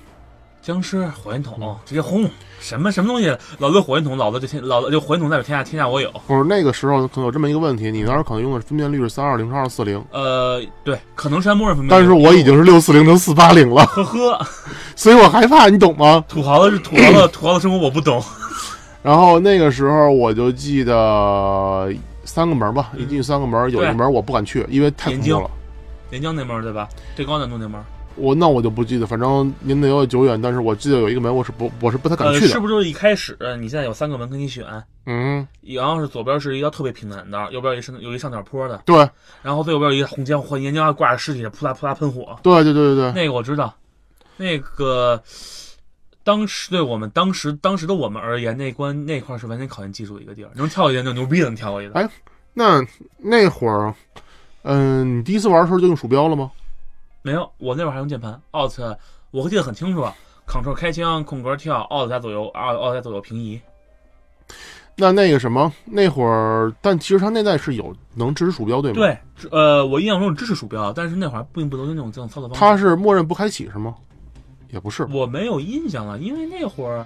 S3: 僵尸火焰
S2: 嗯
S3: 筒直接轰，什么什么东西，老子火焰筒，老子就天，老子就火焰筒代表天下，天下我有。
S2: 不是那个时候可能有这么一个问题，你当时可能用的分辨率是三二零乘二四零，
S3: 呃，对，可能是按默认分辨
S2: 但是我已经是六四零乘四八零了，
S3: 呵呵，
S2: 所以我害怕，你懂吗？
S3: 土豪的是土 豪的土豪的生活我不懂。
S2: 然后那个时候我就记得三个门吧，一进三个门，有一
S3: 嗯对
S2: 个门我不敢去，因为太恐
S3: 眼
S2: 怖
S3: 睛
S2: 了。
S3: 岩浆那门儿对吧？最高难度那门儿，
S2: 我那我就不记得，反正年代有点久远，但是我记得有一个门我是不我是不太敢
S3: 呃，
S2: 去的。
S3: 是不是就是一开始你现在有三个门给你选，
S2: 嗯，
S3: 然后是左边是一条特别平坦的，右边有一上有一上点坡的，
S2: 对
S3: 然后最右边有一个红浆或岩浆挂着尸体，扑啦扑啦喷火。
S2: 对对对对对，
S3: 那个我知道，那个当时对我们当时当时的我们而言，那关那块儿是完全考验技术的一个地儿，能跳一下就牛逼了，能跳过去的。
S2: 哎那那会儿，嗯、你第一次玩的时候就用鼠标了吗？
S3: 没有，我那会儿还用键盘，Alt，我记得很清楚，Ctrl 开枪，空格跳，Alt 加左右，Alt 啊 Alt 加左右平移。
S2: 那那个什么，那会儿，但其实它那代是有能支持鼠标对吗？，
S3: 对，呃，我印象中支持鼠标，但是那会儿并不流行那种这种操作方式。
S2: 它是默认不开启是吗？也不是，
S3: 我没有印象了，因为那会儿，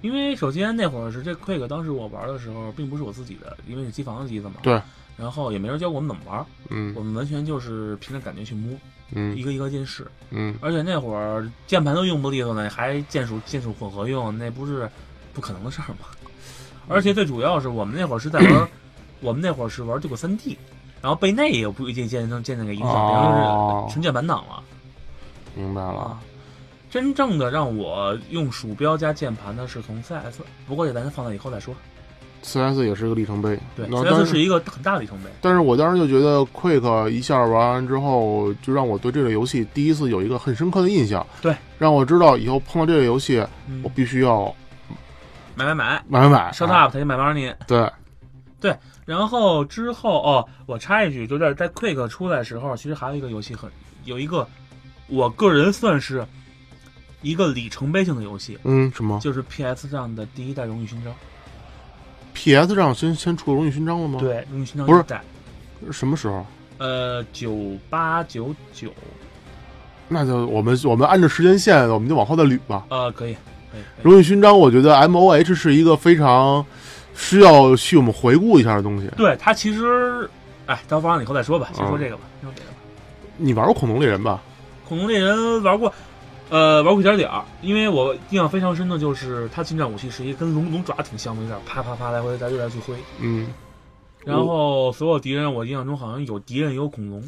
S3: 因为首先那会儿是这 Quick，当时我玩的时候并不是我自己的，因为是机房的机子嘛。
S2: 对。
S3: 然后也没人教我们怎么玩，
S2: 嗯
S3: 我们完全就是凭着感觉去摸，
S2: 嗯
S3: 一个一个键式。
S2: 嗯，
S3: 而且那会儿键盘都用不利索呢，还键鼠键鼠混合用，那不是不可能的事儿吗？而且最主要是我们那会儿是在玩，我们那会儿是玩这个三 D，然后被那也不一定渐渐渐渐给影响，变成
S2: 哦
S3: 是纯键盘党了。
S2: 明白了。
S3: 啊，真正的让我用鼠标加键盘的是从 CS，不过也咱放在以后再说。
S2: CS 也是个里程碑，
S3: 对
S2: 然后但
S3: ，CS 是一个很大的里程碑。
S2: 但是我当时就觉得 Quick 一下玩完之后，就让我对这个游戏第一次有一个很深刻的印象。
S3: 对，
S2: 让我知道以后碰到这个游戏，
S3: 嗯
S2: 我，啊必须要
S3: 买买买
S2: 买买买。
S3: ，Shut up，他就买八十年。
S2: 对，
S3: 然后之后哦，我插一句，就在在 Quick 出来的时候，其实还有一个游戏很有一个，我个人算是一个里程碑性的游戏，
S2: 嗯，什么
S3: 就是 PS 上的第一代荣誉勋章。
S2: PS 上先先出荣誉勋章了吗？，
S3: 对，荣誉勋
S2: 哦
S3: 章
S2: 不是
S3: 一代，
S2: 什么时候？
S3: 呃，九八九九，
S2: 那就我们我们按照时间线，我们就往后再捋吧。
S3: 呃，可以，
S2: 荣誉勋章，我觉得 M O H 是一个非常需要去我们回顾一下的东西。
S3: 对他其实，哎，到放完了以后再说吧，
S2: 哦
S3: 先说这个吧，先说这个吧。
S2: 你玩过恐龙猎人吧？
S3: 恐龙猎人玩过，呃，玩过一点点儿，因为我印象非常深的就是他近战武器是一个跟龙龙爪挺像的，有点啪啪啪来回来来去挥。
S2: 嗯，
S3: 然后所有敌人，我印象中好像有敌人也有恐龙，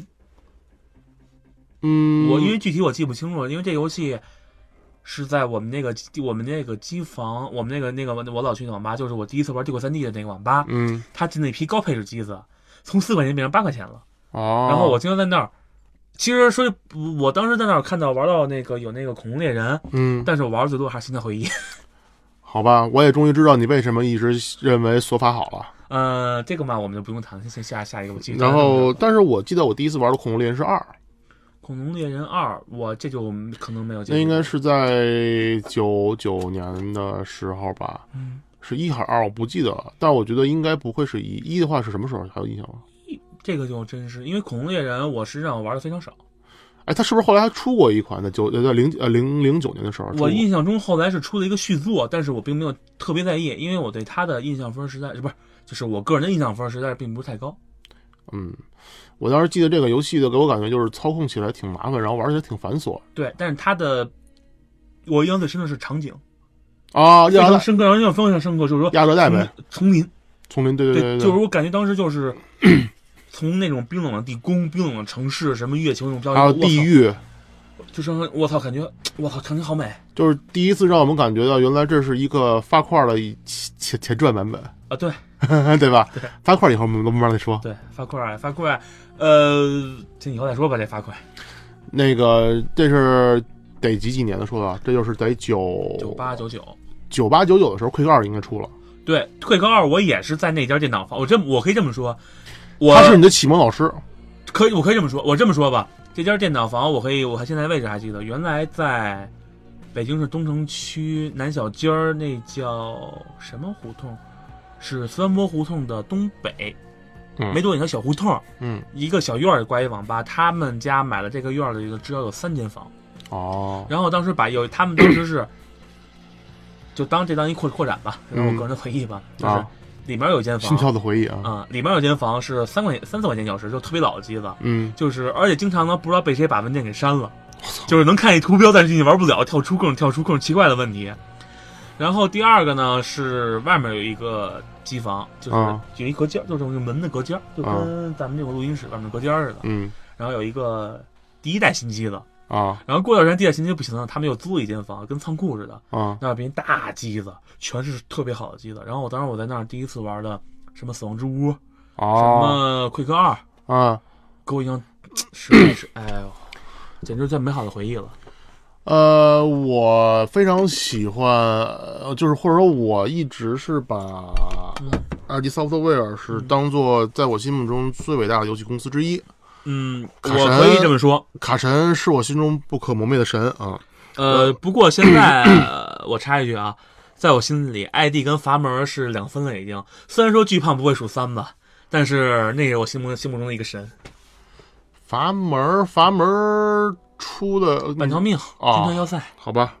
S2: 嗯，
S3: 我因为具体我记不清楚了，因为这游戏是在我们那个我们那个机房，我们那个那个我老去的网吧，就是我第一次玩《帝国三 D》的那个网吧，
S2: 嗯
S3: 他进了一批高配置机子，从四块钱变成八块钱了。
S2: 哦，
S3: 然后我经常在那儿，其实说不我当时在那儿看到玩到那个有那个恐龙猎人，
S2: 嗯，
S3: 但是我玩的最多还是《心跳回忆》。
S2: 好吧，我也终于知道你为什么一直认为索法好了。
S3: 呃，这个嘛我们就不用谈，了，先下下一个我记得。
S2: 然后，但是我记得我第一次玩的恐龙猎人是二，
S3: 《恐龙猎人二》，我这就可能没有接触。
S2: 那应该是在九九年的时候吧，
S3: 嗯
S2: 是一还是二我不记得了，但我觉得应该不会是一。一的话是什么时候还有印象吗？
S3: 这个就真是因为《恐龙猎人》，我实际上玩的非常少。
S2: 哎，他是不是后来还出过一款在九呃在零呃零零九年的时候出过？
S3: 我印象中后来是出了一个续作，但是我并没有特别在意，因为我对他的印象分实在不是，就是我个人的印象分实在是并不是太高。
S2: 嗯，我当时记得这个游戏的给我感觉就是操控起来挺麻烦，然后玩起来挺繁琐
S3: 对，但是他的我印象最深的是场景，
S2: 啊。
S3: 非
S2: 亚热
S3: 常
S2: 带，
S3: 深刻，然后印象非常深刻，就是说
S2: 亚热带呗，
S3: 丛林，
S2: 丛林，对对对
S3: 嗯对，就是我感觉当时就是从那种冰冷的地宫、冰冷的城市、什么月球那种
S2: 对
S3: 漂流，
S2: 还有
S3: 我操
S2: 地，狱，
S3: 就是我操，感觉我操，场景好美。
S2: 就是第一次让我们感觉到原来这是一个发块的前前传版本，
S3: 啊，对
S2: 对吧？
S3: 对
S2: 发块以后我们慢慢再说。
S3: 对，发块啊发块，呃，这以后再说吧，这发块，
S2: 那个这是得几几年的说的啊？这就是得九
S3: 九八九九，
S2: 九八九九的时候，Q 二应该出了，
S3: 对，退科二我也是在那家电脑房，我这么我可以这么说，我
S2: 他是你的启蒙老师。
S3: 可以我可以这么说，我这么说吧，这家电脑房我可以我还现在位置还记得，原来在北京市东城区南小街儿那叫什么胡同？是三波胡同的东北，
S2: 嗯
S3: 没多远的小胡同，
S2: 嗯，
S3: 一个小院儿挂一网吧，他们家买了这个院儿里的只要有三间房，
S2: 哦，
S3: 然后当时把有他们当时是，就当这当一扩扩展吧，然后我
S2: 嗯
S3: 个人的回忆吧，就是
S2: 啊
S3: 里面有一间
S2: 心
S3: 房，
S2: 跳的回忆啊，
S3: 啊、里面有间房是三块钱三四块钱一小时，就特别老的机子，
S2: 嗯，
S3: 就是而且经常呢不知道被谁把文件给删了，就是能看一图标，但是进去玩不了，跳出各种跳出各种奇怪的问题。然后第二个呢是外面有一个机房，就是
S2: 啊
S3: 有一隔间儿，就是那个门的隔间儿，就跟咱们这个录音室外面的隔间儿似的。
S2: 嗯
S3: 然后有一个第一代新机子，
S2: 啊
S3: 然后过段时间第一代新机不行了，他们又租了一间房，跟仓库似的，
S2: 啊
S3: 那边大机子，全是特别好的机子。然后我当时我在那儿第一次玩的什么死亡之屋，什
S2: 啊
S3: 么奎克二，
S2: 啊！
S3: 给我印象实在是，哎呦，简直最美好的回忆了。
S2: 呃，我非常喜欢，呃就是或者说，我一直是把
S3: 嗯
S2: 阿迪 Software 是当做在我心目中最伟大的游戏公司之一。
S3: 嗯，
S2: 卡神
S3: 我可以这么说。
S2: 卡神是我心中不可磨灭的神啊。
S3: 呃，不过现在呃我插一句啊，在我心里，ID 跟阀门是两分了已经。虽然说巨胖不会数三吧，但是那是我心目心目中的一个神。
S2: 阀门儿，阀门儿出的呃
S3: 半条命，
S2: 哦
S3: 金川要塞，
S2: 好吧，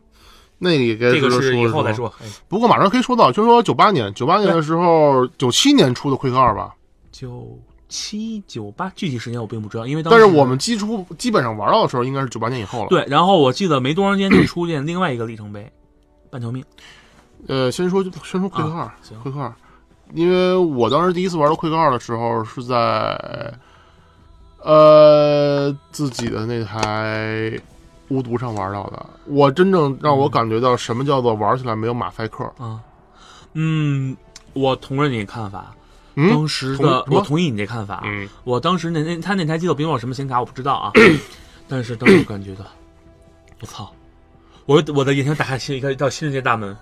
S2: 那个也该
S3: 嗯这个
S2: 说
S3: 是以后再
S2: 说。
S3: 说。哎
S2: 不过马上可以说到，就说九八年，九八年的时候，九七年出的《奎克二》吧。
S3: 九七九八，具体时间我并不知道，因为当
S2: 但
S3: 时
S2: 是我们基础基本上玩到的时候，应该是九八年以后了。，
S3: 对，然后我记得没多长时间就出现另外一个里程碑，半条命。
S2: 呃，先说先说《奎克二》
S3: 行
S2: 奎克二》，因为我当时第一次玩到《奎克二》的时候是在呃自己的那台巫毒上玩到的。我真正让我感觉到什么叫做玩起来没有马赛克。
S3: 啊，嗯，我同认你的看法。
S2: 嗯
S3: 当时
S2: 同
S3: 的
S2: 什么
S3: 我同意你这看法。
S2: 嗯
S3: 我当时那那他那台机子别管我什么显卡，我不知道 啊。但是当时我感觉到，我操！我我的眼前打开新一个一道新世界大门。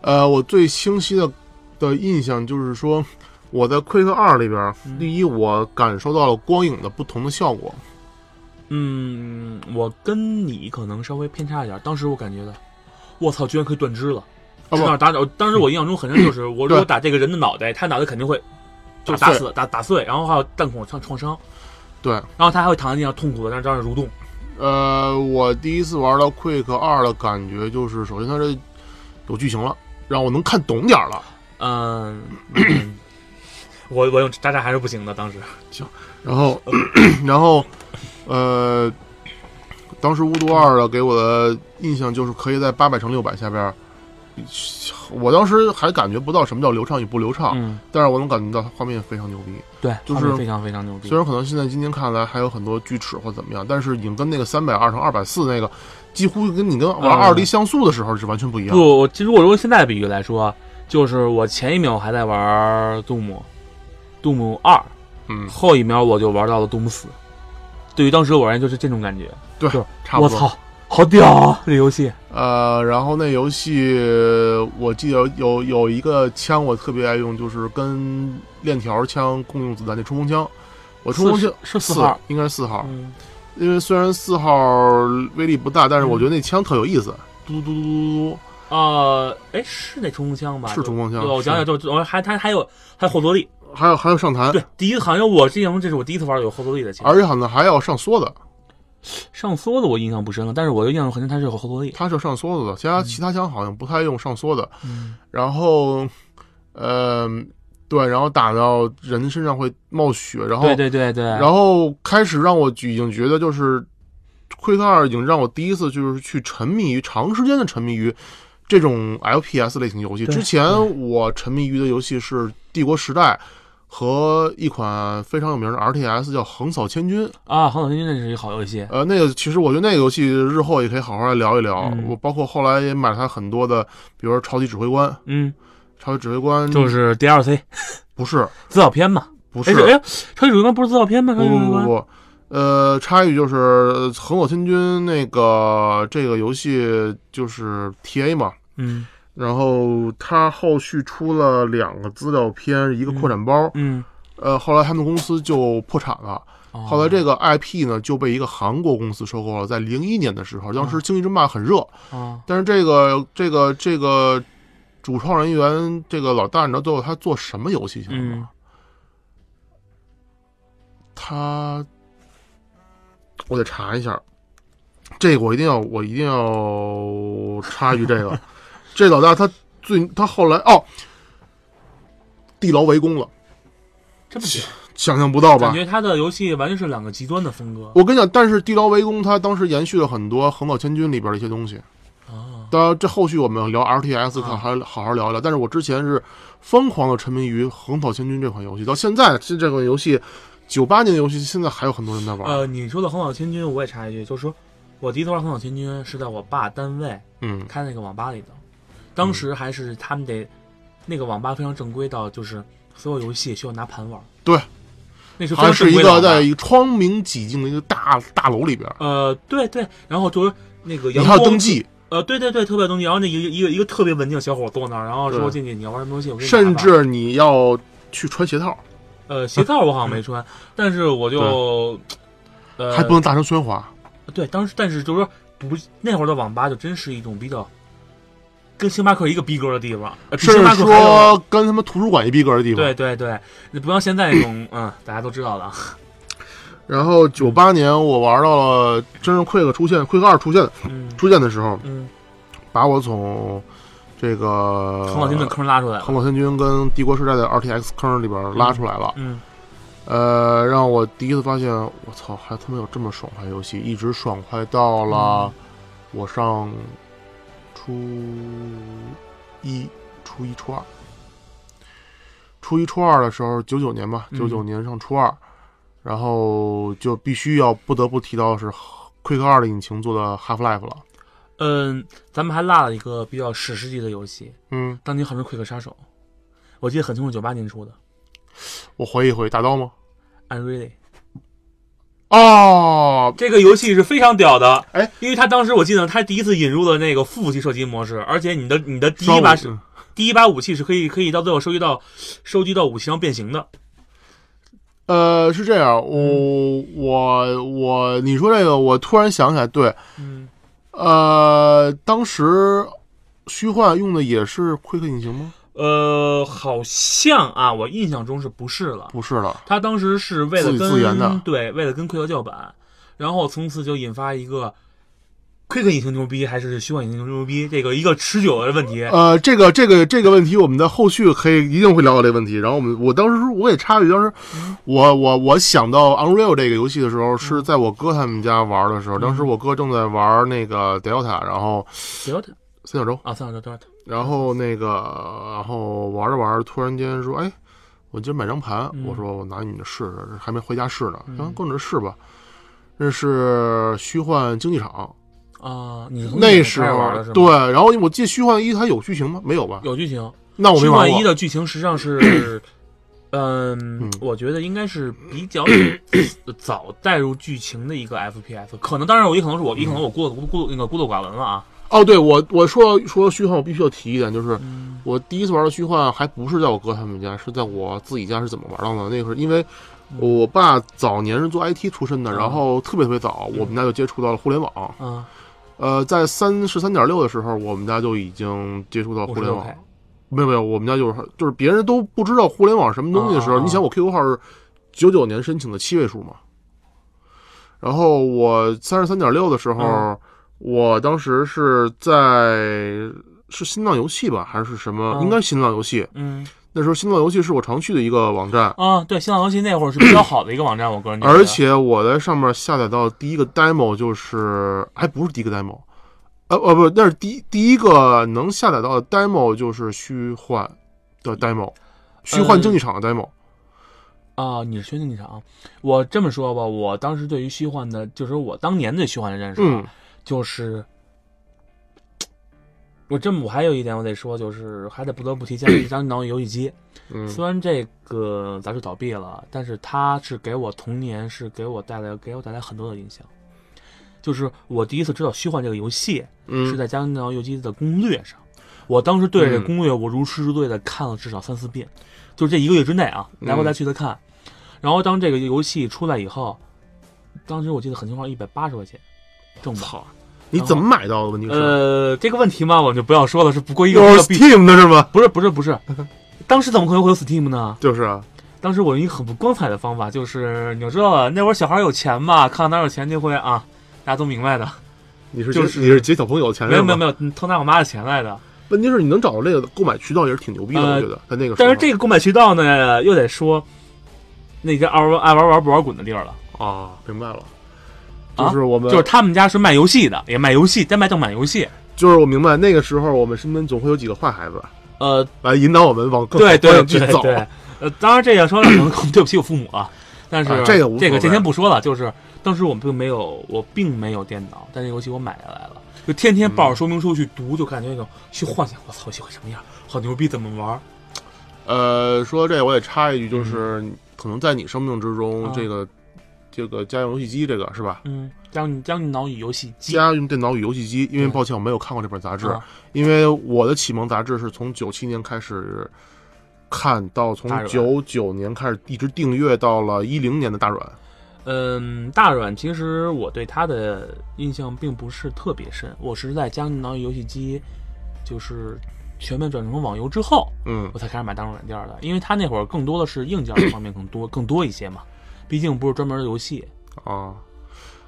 S2: 呃，我最清晰的的印象就是说，我在《奎克二》里边儿，第一我感受到了光影的不同的效果。
S3: 嗯，我跟你可能稍微偏差一点。当时我感觉到，我操，居然可以断肢了！
S2: 啊不
S3: 是那儿打倒，当时我印象中很 深，就是我如果
S2: 对
S3: 打这个人的脑袋，他脑袋肯定会就
S2: 打
S3: 打
S2: 碎
S3: 死、打打碎，然后还有弹孔创创伤，
S2: 对，
S3: 然后他还会躺在地上痛苦的，但是当时蠕动。
S2: 呃，我第一次玩到《奎克二》的感觉就是，首先它这有剧情了，让我能看懂点儿了。
S4: 嗯，嗯我我用渣渣还是不行的，当时
S2: 然后， 然后，呃，当时《巫毒二》的给我的印象就是可以在八百乘六百下边儿，我当时还感觉不到什么叫流畅与不流畅，
S4: 嗯，
S2: 但是我能感觉到它画面非常牛逼。
S4: 对，
S2: 就是
S4: 画面非常非常
S3: 嗯
S4: 牛逼。
S2: 虽然可能现在今天看来还有很多锯齿或怎么样，但是已经跟那个三百二乘二百四那个，几乎跟你跟玩
S4: 嗯
S2: 二 D 像素的时候是完全不一样。
S3: 不，我其实如果用现在比喻来说，就是我前一秒还在玩杜姆，杜姆二，
S2: 嗯，
S3: 后一秒我就玩到了杜姆四。对于当时我而言，就是这种感觉。
S2: 对
S3: 就是，
S2: 差不
S3: 我
S2: 多。
S3: 操，好屌啊！这游戏，
S2: 呃，然后那游戏我记得有有一个枪我特别爱用，就是跟链条枪共用子弹那冲锋枪。我冲锋枪
S3: 是是四号，
S2: 应该是四号，
S3: 嗯，
S2: 因为虽然四号威力不大，但是我觉得那枪特有意思，
S3: 嗯
S2: 嘟嘟嘟嘟
S3: 呃，哎，是那冲锋枪吧？
S2: 是冲锋枪
S3: 对我想想，就就我还它还有还有后坐力。
S2: 嘟，还有还有上弹，
S3: 对，第一好像我之前这是我第一次玩有后坐力的枪。
S2: 而且好像还有上梭的，
S3: 上梭的我印象不深了，但是我就印象很深，它是有后坐力。
S2: 它是有上梭子的，其他其他枪好像不太用上梭的。
S3: 嗯
S2: 然后，呃，对，然后打到人身上会冒血，然后
S3: 对对对对，
S2: 然后开始让我已经觉得就是《Quick 二》已经让我第一次就是去沉迷于长时间的沉迷于这种 FPS 类型游戏。
S3: 对
S2: 之前我沉迷于的游戏是《帝国时代》和一款非常有名的 RTS 叫《横扫千军》。
S3: 啊，《航海天军》那是一个好游戏。
S2: 呃，那个其实我觉得那个游戏日后也可以好好来聊一聊。
S3: 嗯
S2: 我包括后来也买了它很多的，比如说《超级指挥官》，《
S3: 嗯，
S2: 超级指挥官》
S3: 就是 DLC
S2: 不是
S3: 自导片嘛。
S2: 不是
S3: 哎，哎，超级主观不是自导片吗？超
S2: 不
S3: 级
S2: 不
S3: 主
S2: 不
S3: 观
S2: 不，呃，插一句就是呃《横扫千军》那个这个游戏就是 T A 嘛，
S3: 嗯
S2: 然后它后续出了两个资料片，一个扩展包，
S3: 嗯，
S2: 呃，后来他们公司就破产了，
S3: 哦
S2: 后来这个 I P 呢就被一个韩国公司收购了，在零一年的时
S3: 哦
S2: 候，当时《星际争霸》很热，
S3: 啊，
S2: 但是这个这个这个主创人员这个老大，你知道最后他做什么游戏去了吗？
S3: 嗯
S2: 他，我得查一下，这个我一定要，我一定要插一句这 个，这老大他最他后来哦，地牢围攻了，
S3: 这不行，
S2: 想象不到吧哦
S3: 感？觉他的游戏完全是两个极端的风格
S2: 我跟你讲，但是地牢围攻它当时延续了很多《横扫千军》里边的一些东西。
S3: 啊。
S2: 当然，这后续我们聊 RTS 看
S3: 啊
S2: 还好好聊一聊。但是我之前是疯狂的沉迷于《横扫千军》这款游戏，到现在这这款游戏，九八年的游戏，现在还有很多人在玩。
S3: 呃，你说的《横扫千军》，我也插一句，就是说我第一次玩《横扫千军》是在我爸单位
S2: 嗯
S3: 开那个网吧里的，当时还是他们得那个网吧非常正规到就是所有游戏需要拿盘玩。
S2: 对，
S3: 那是非
S2: 还
S3: 常
S2: 是
S3: 正
S2: 一
S3: 规的
S2: 个
S3: 网吧
S2: 在一个窗明几净的一个大大楼里边，
S3: 呃，对对，然后就是那个
S2: 你
S3: 阳
S2: 还要
S3: 光
S2: 登记，
S3: 呃，对对对，特别东西。然后那一个一个一个特别文静的小伙坐那儿，然后说
S2: 对
S3: 进去你要玩什么游戏，我给你拿
S2: 甚
S3: 吧
S2: 至你要去穿鞋套，
S3: 呃鞋套我好像没穿，但是我就呃
S2: 嗯还不能大声喧哗。
S3: 对，当时但是就是说不那会儿的网吧就真是一种比较跟星巴克一个逼格的地方，呃比
S2: 甚
S3: 星巴
S2: 至
S3: 克还要
S2: 说跟他们图书馆一逼格的地方。
S3: 对对对，你不像现在那种嗯大家都知道的，
S2: 然后九八年我玩到了真正 Quick 出现，Quick 二出现
S3: 嗯
S2: 出现的时候，
S3: 嗯，
S2: 把我从这个
S3: 从老金的坑拉出来了，
S2: 横扫千军跟帝国时代的 RTX 坑里边拉出来了。
S3: 嗯
S2: 呃，让我第一次发现，我操，还他妈有这么爽快的游戏，一直爽快到
S3: 嗯
S2: 了我上初一、初一、初二。初一、初二的时候，九九年吧，
S3: 嗯
S2: 九九年上初二，然后就必须要不得不提到是 Quick 二的引擎做的 Half Life 了。
S3: 嗯，咱们还落了一个比较史诗级的游戏，
S2: 嗯，
S3: 当年号称《快克杀手》，我记得很清楚，九八年出的
S2: 我回忆回忆，打到吗？
S3: 《Unreal》。
S2: 哦，
S3: 这个游戏是非常屌的，
S2: 哎，
S3: 因为他当时我记得他第一次引入了那个副武器射击模式，而且你的你的第一
S2: 双
S3: 把
S2: 武
S3: 是第一把武器是可以可以到最后收集到收集到武器上变形的，
S2: 呃，是这样，我、我我，你说这个，我突然想起来，对，
S3: 嗯，
S2: 呃，当时虚幻用的也是奎克引擎吗？
S3: 呃，好像啊，我印象中是不是了？
S2: 不是了，
S3: 他当时是为了
S2: 自己
S3: 跟
S2: 自研的
S3: 对，为了跟奎德叫板，然后从此就引发一个 Quick 引擎牛逼还是虚幻引擎牛逼，这个一个持久的问题。
S2: 呃，这个这个这个问题，我们的后续可以一定会聊到这个问题。然后我们，我当时我也插一句，当时我我我想到 Unreal 这个游戏的时候，是在我哥他们家玩的时候，当时我哥正在玩那个 Delta，然后
S5: Delta
S2: 三角洲，
S3: 啊，算了，算了，
S2: 然后那个然后玩着玩着，突然间说，哎，我今儿买张盘，
S3: 嗯
S2: 我说我拿你的试试，还没回家试呢，行，跟我这试吧。这是虚幻竞技场，
S3: 啊，你是从
S2: 那
S3: 哪
S2: 时
S3: 开始
S2: 候
S3: 玩的是吗？
S2: 对，，然后我记得虚幻一它有剧情吗？没有吧？
S3: 有剧情。
S2: 那我没
S3: 虚
S2: 玩
S3: 幻
S2: 过
S3: 一。的剧情实际上 是，嗯，我觉得应该是比较早 带入剧情的一个 FPS，可能当然我也可能是我，也可能我孤陋孤陋那个孤陋寡闻了啊。
S2: 哦，对我我说说虚幻，我必须要提一点，就是
S3: 嗯
S2: 我第一次玩的虚幻还不是在我哥他们家，是在我自己家是怎么玩到的？那个是因为我爸早年是做 IT 出身的，
S3: 嗯
S2: 然后特别特别早，我们家就接触到了互联网。
S3: 啊，
S2: 呃，在三十三点六的时候，我们家就已经接触到互联网
S3: 56K。
S2: 没有没有，我们家就是就是别人都不知道互联网什么东西的时候，
S3: 啊啊啊
S2: 你想我 QQ 号是九九年申请的七位数嘛，然后我三十三点六的时候，
S3: 嗯
S2: 我当时是在是新浪游戏吧还是什么？
S3: 嗯
S2: 应该是新浪游戏。
S3: 嗯
S2: 那时候新浪游戏是我常去的一个网站，
S3: 啊，对，新浪游戏那会儿是比较好的一个网站，我个人觉得
S2: 而且我在上面下载到第一个 demo 就是还不是第一个 demo，呃呃不，那是第第一个能下载到的 demo 就是虚幻的 demo，虚
S3: 嗯
S2: 幻竞技场的 demo。
S3: 啊，你是宣竞技场。我这么说吧，我当时对于虚幻的，就是我当年对虚幻的认识，啊
S2: 嗯，
S3: 就是我这么，我还有一点我得说，就是还得不得不提家里一张脑游戏机。
S2: 嗯
S3: 虽然这个杂志倒闭了，但是它是给我童年是给我带来给我带来很多的影响。就是我第一次知道虚幻这个游戏是
S2: 嗯，
S3: 在《家里脑游戏机》的攻略上，我当时对着这
S2: 嗯
S3: 攻略我如痴如醉的看了至少三四遍，就这一个月之内啊，来回来去的看。然后当这个游戏出来以后，当时我记得很清楚，一百八十块钱正版。
S2: 操，你怎么买到的？问题是，
S3: 呃，这个问题嘛，我们就不要说了，是不过一个
S2: 有
S3: 必
S2: Steam 的是吗？
S3: 不是不是 不是，当时怎么可能会有 Steam 呢？
S2: 就是啊，
S3: 当时我用一个很不光彩的方法，就是你要知道啊，那会儿小孩有钱嘛，看到哪儿有钱就会啊，大家都明白的。
S2: 你是
S3: 就
S2: 劫
S3: 是
S2: 你是劫小朋友的钱
S3: 没有没有
S2: 有，
S3: 没有，偷拿我妈的钱来的。
S2: 问题是你能找到这个购买渠道也是挺牛逼的，
S3: 呃
S2: 我觉得在那个时候。
S3: 但是这个购买渠道呢，又得说那些爱玩爱玩玩不玩滚的地儿了。
S2: 啊，明白了，
S3: 啊
S2: 就是我们
S3: 就是他们家是卖游戏的，也卖游戏，但卖正版游戏。
S2: 就是我明白那个时候我们身边总会有几个坏孩子
S3: 呃，
S2: 来引导我们往更好
S3: 对
S2: 的方向
S3: 对
S2: 去
S3: 对
S2: 走。
S3: 对，呃，当然这个说了可能对不起我父母啊，但是、
S2: 啊这个无所谓
S3: 这个这先不说了，就是当时我并没有我并没有电脑，但这游戏我买下来了，就天天抱着说明书去读，就感觉那种去幻想，我操，游戏会什么样，好牛逼，怎么玩？
S2: 呃，说到这我也插一句，就是、
S3: 嗯
S2: 可能在你生命之中，
S3: 啊
S2: 这个这个家用游戏机这个是吧？
S3: 嗯，将你将你脑与游戏机
S2: 家用电脑与游戏机，因为
S3: 对
S2: 抱歉我没有看过这本杂志，
S3: 啊
S2: 因为我的启蒙杂志是从九七年开始看到，从
S3: 大
S2: 九
S3: 软
S2: 九年开始一直订阅到了一零年的大软。
S3: 嗯，大软其实我对他的印象并不是特别深，我是在将你脑与游戏机就是全面转成网游之后，
S2: 嗯
S3: 我才开始买大众软件的，因为他那会儿更多的是硬件这方面更多更多一些嘛，毕竟不是专门的游戏。
S2: 啊，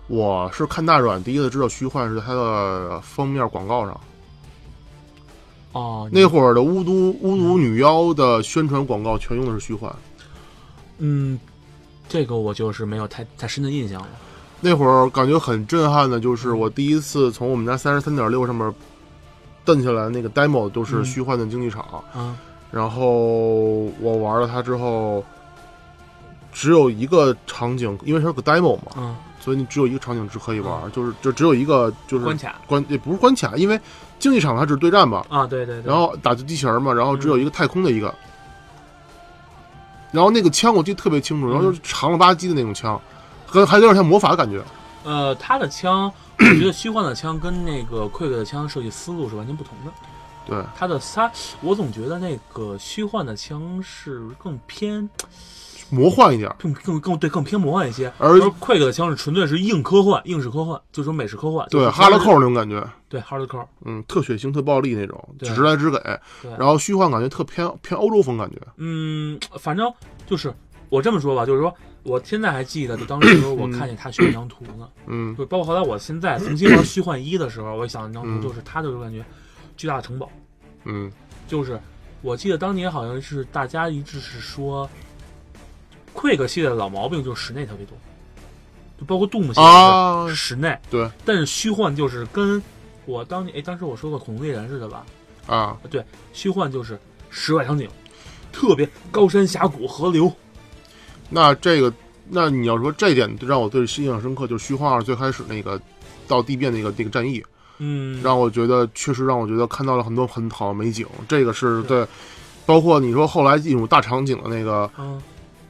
S2: 我是看大软第一次知道虚幻是在它的封面广告上。
S3: 嗯哦，
S2: 那会儿的巫毒巫毒女妖的宣传广告全用的是虚幻。
S3: 嗯，这个我就是没有太太深的印象了。
S2: 那会儿感觉很震撼的，
S3: 嗯
S2: 就是我第一次从我们家三十三点六上面蹬下来那个 demo，都是
S3: 嗯
S2: 虚幻的竞技场。
S3: 啊，
S2: 然后我玩了它之后，只有一个场景，因为它是个 demo 嘛，
S3: 嗯，
S2: 所以你只有一个场景只可以玩，就是就只有一个就是
S3: 关卡
S2: 关也不是关卡，因为竞技场它只是对战嘛，
S3: 啊，对对对。嗯
S2: 然后打机器人嘛，然后只有一个太空的一个，然后那个枪我记得特别清楚，然
S3: 嗯
S2: 后就是长了吧唧的那种枪，跟还有点像魔法的感觉。
S3: 呃，他的枪，我觉得虚幻的枪跟那个 Quick 的枪设计思路是完全不同的。
S2: 对，
S3: 他的他，我总觉得那个虚幻的枪是更偏
S2: 魔幻一点。
S3: 更更更对更偏魔幻一些，
S2: 而
S3: Quick 的枪是纯粹是硬科幻、硬式科幻，就是说美式科幻，
S2: 对，
S3: 就是
S2: 哈拉扣那种感觉，
S3: 对 hardcore，
S2: 嗯，特血腥、特暴力那种，
S3: 对
S2: 直来直给。
S3: 对
S2: 然后虚幻感觉特偏偏欧洲风感觉，
S3: 嗯，反正就是我这么说吧，就是说我现在还记得，就当时我看见他选一张图呢，
S2: 嗯
S3: 就包括后来我现在重新玩虚幻一的时候，我想那张图就是他就是感觉巨大的城堡，
S2: 嗯
S3: 就是我记得当年好像是大家一致是说，Quick 系列的老毛病就是室内特别多，就包括 Doom 系列
S2: 啊
S3: 嗯是，室内，
S2: 对
S3: 但是虚幻就是跟我当年哎当时我说过恐龙猎人似的吧，
S2: 啊，
S3: 虚幻就是室外场景，特别高山峡谷河流，
S2: 那这个那你要说这点让我最印象深刻，就是虚幻二最开始那个到地变那个那个战役，
S3: 嗯，
S2: 让我觉得确实让我觉得看到了很多很好的美景，这个是对。包括你说后来进入大场景的那个
S3: 嗯。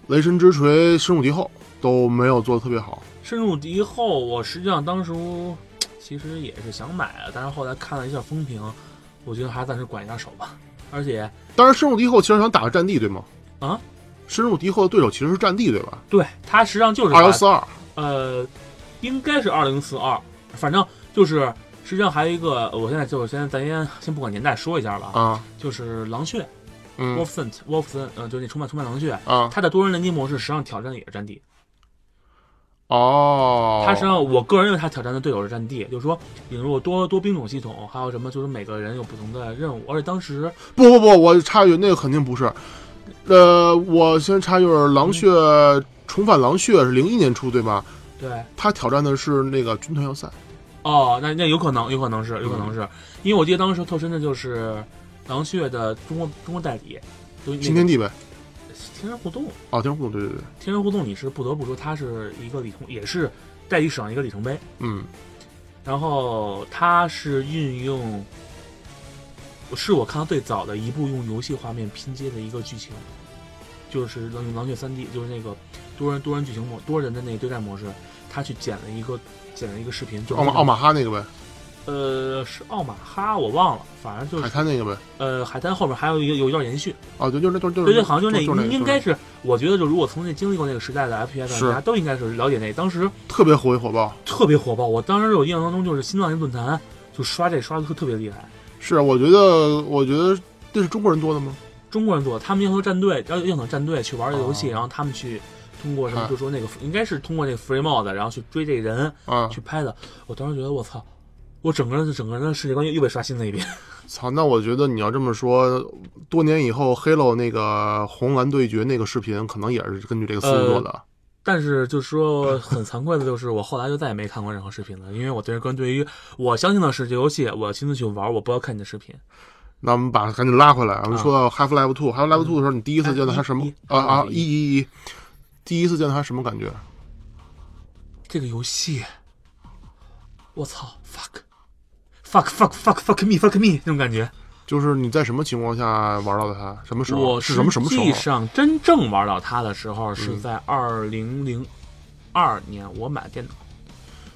S2: 《雷神之锤：深入敌后》都没有做的特别好，
S3: 深入敌后，我实际上当时其实也是想买的，但是后来看了一下风评，我觉得还是暂时管一下手吧。而且，
S2: 当然，深入敌后其实想打个战地，对吗？
S3: 啊，
S2: 深入敌后的对手其实是战地，对吧？
S3: 对它实际上就
S2: 二
S3: 是把
S2: 幺四二，
S3: 呃，应该是二零四二，反正就是实际上还有一个，我现在就先咱先先不管年代说一下吧，
S2: 啊，
S3: 就是狼血
S2: 嗯
S3: Wolfen Wolfen，呃，就是那重版重版狼血，
S2: 啊，
S3: 它的多人联机模式实际上挑战也是战地，
S2: 哦，
S3: 它实际上我个人认为它挑战的队友是战地，就是说引入多多兵种系统，还有什么就是每个人有不同的任务，而且当时
S2: 不不不，我插一句，那个肯定不是。呃，我先插一句，狼血、重返狼血是零一年出，对吧？
S3: 对
S2: 他挑战的是那个军团要塞，
S3: 哦，那那有可能，有可能是，有可能是，因为我记得当时特深的就是狼血的中国中国代理，就
S2: 新天
S3: 地
S2: 地呗。
S3: 天然互动，
S2: 哦，天空，对对对，
S3: 天然互动你是不得不说它是一个里程，也是代理史上一个里程碑。
S2: 嗯
S3: 然后它是运用，是我看到最早的一部用游戏画面拼接的一个剧情，就是《狼狼血三 D》，就是那个多人多人剧情模多人的那个对战模式，他去剪了一个剪了一个视频，就
S2: 奥马奥马哈那个呗，
S3: 呃，是奥马哈，我忘了，反正就
S2: 海
S3: 是
S2: 滩那个呗。
S3: 呃，海滩后边还有一个有一段延续，
S2: 哦，对，就是那，就是
S3: 对对，好像就是
S2: 那，
S3: 那，应该
S2: 是
S3: 是，我觉得就如果曾经经历过那个时代的 FPS
S2: 是
S3: 玩家都应该是了解那，当时
S2: 特别火一火爆。
S3: 特别火爆，我当时我印象当中就是新浪那论坛就刷这刷的特特别厉害，
S2: 是，我觉得，我觉得这是中国人多的吗？
S3: 中国人做，他们要求战队要要想战队去玩这游戏，
S2: 哦
S3: 然后他们去通过什
S2: 啊
S3: 么，就说那个应该是通过那个 free mod，然后去追这人
S2: 啊，
S3: 去拍的，我当时觉得我操，我整个人整个人的世界观又又被刷新了一遍，
S2: 操，那我觉得你要这么说，多年以后 Halo 那个红蓝对决那个视频，可能也是根据这个思路做的。
S3: 呃但是就是说，很惭愧的就是，我后来就再也没看过任何视频了，因为我对个人对于我相信的是这游戏，我亲自去玩，我不要看你的视频。
S2: 那我们把赶紧拉回来，我们
S3: 啊
S2: 说到 Half Life Two、Half Life Two 的时候，你第一次见到它什么
S3: 一？
S2: 啊啊，
S3: 一
S2: 一一一，第一次见到它什么感觉？
S3: 这个游戏，我操，fuck，fuck fuck fuck fuck me fuck me 那种感觉。
S2: 就是你在什么情况下玩到的它？什么时候？
S3: 我
S2: 是什么什么时候啊嗯
S3: 实际？上真正玩到它的时候是在二零零二年，我买电脑，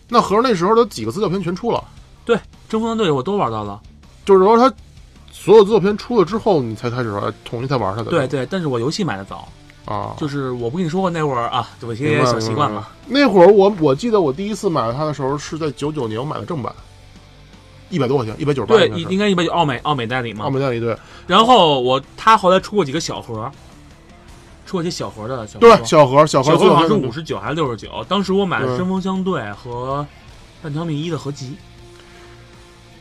S2: 那合着那时候的几个资料片全出了，
S3: 对《争锋队》我都玩到了。
S2: 就是说它所有作片出了之后，你才开始玩统一才玩它的。
S3: 对对，但是我游戏买的早，
S2: 啊，
S3: 就是我不跟你说过那会儿啊，有一
S2: 明
S3: 些
S2: 白
S3: 小习惯嘛。。
S2: 明白那会儿我我记得我第一次买它的时候是在九九年，我买的正版，一百多块钱，一百九十八。
S3: 对，应该一般就奥美奥美代理嘛。
S2: 澳门代理对
S3: 然后我他后来出过几个小盒，出过些小盒的小盒
S2: 对，小盒小盒
S3: 小盒好像是
S2: 最后
S3: 五十九还是六十九，当时我买的
S2: 对
S3: 《针锋相对》和《半条命一》的合集，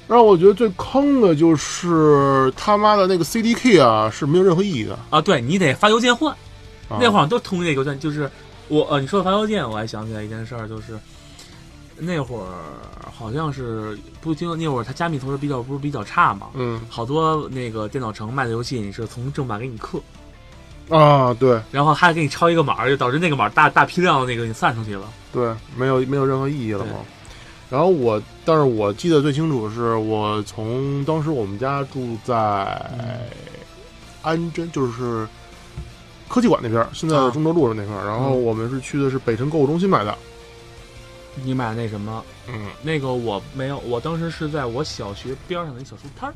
S2: 让我觉得最坑的就是他妈的那个 CDK 啊，是没有任何意义的。
S3: 啊，对你得发邮件换，
S2: 啊
S3: 那会儿都通那邮件，就是我呃，你说的发邮件，我还想起来一件事儿，就是那会儿好像是不听那会儿他加密同时比较不是比较差嘛。
S2: 嗯
S3: 好多那个电脑城卖的游戏，你是从正版给你刻，
S2: 啊，对
S3: 然后还给你抄一个码儿，就导致那个码儿大大批量的那个你散出去了。
S2: 对，没有没有任何意义了嘛。然后我，但是我记得最清楚的是，我从当时我们家住在安贞，就是科技馆那边儿，现在
S3: 啊
S2: 中州路上那块儿。然后
S3: 嗯
S2: 我们是去的是北辰购物中心买的。
S3: 你买那什么，
S2: 嗯
S3: 那个我没有，我当时是在我小学边上的一小书摊儿，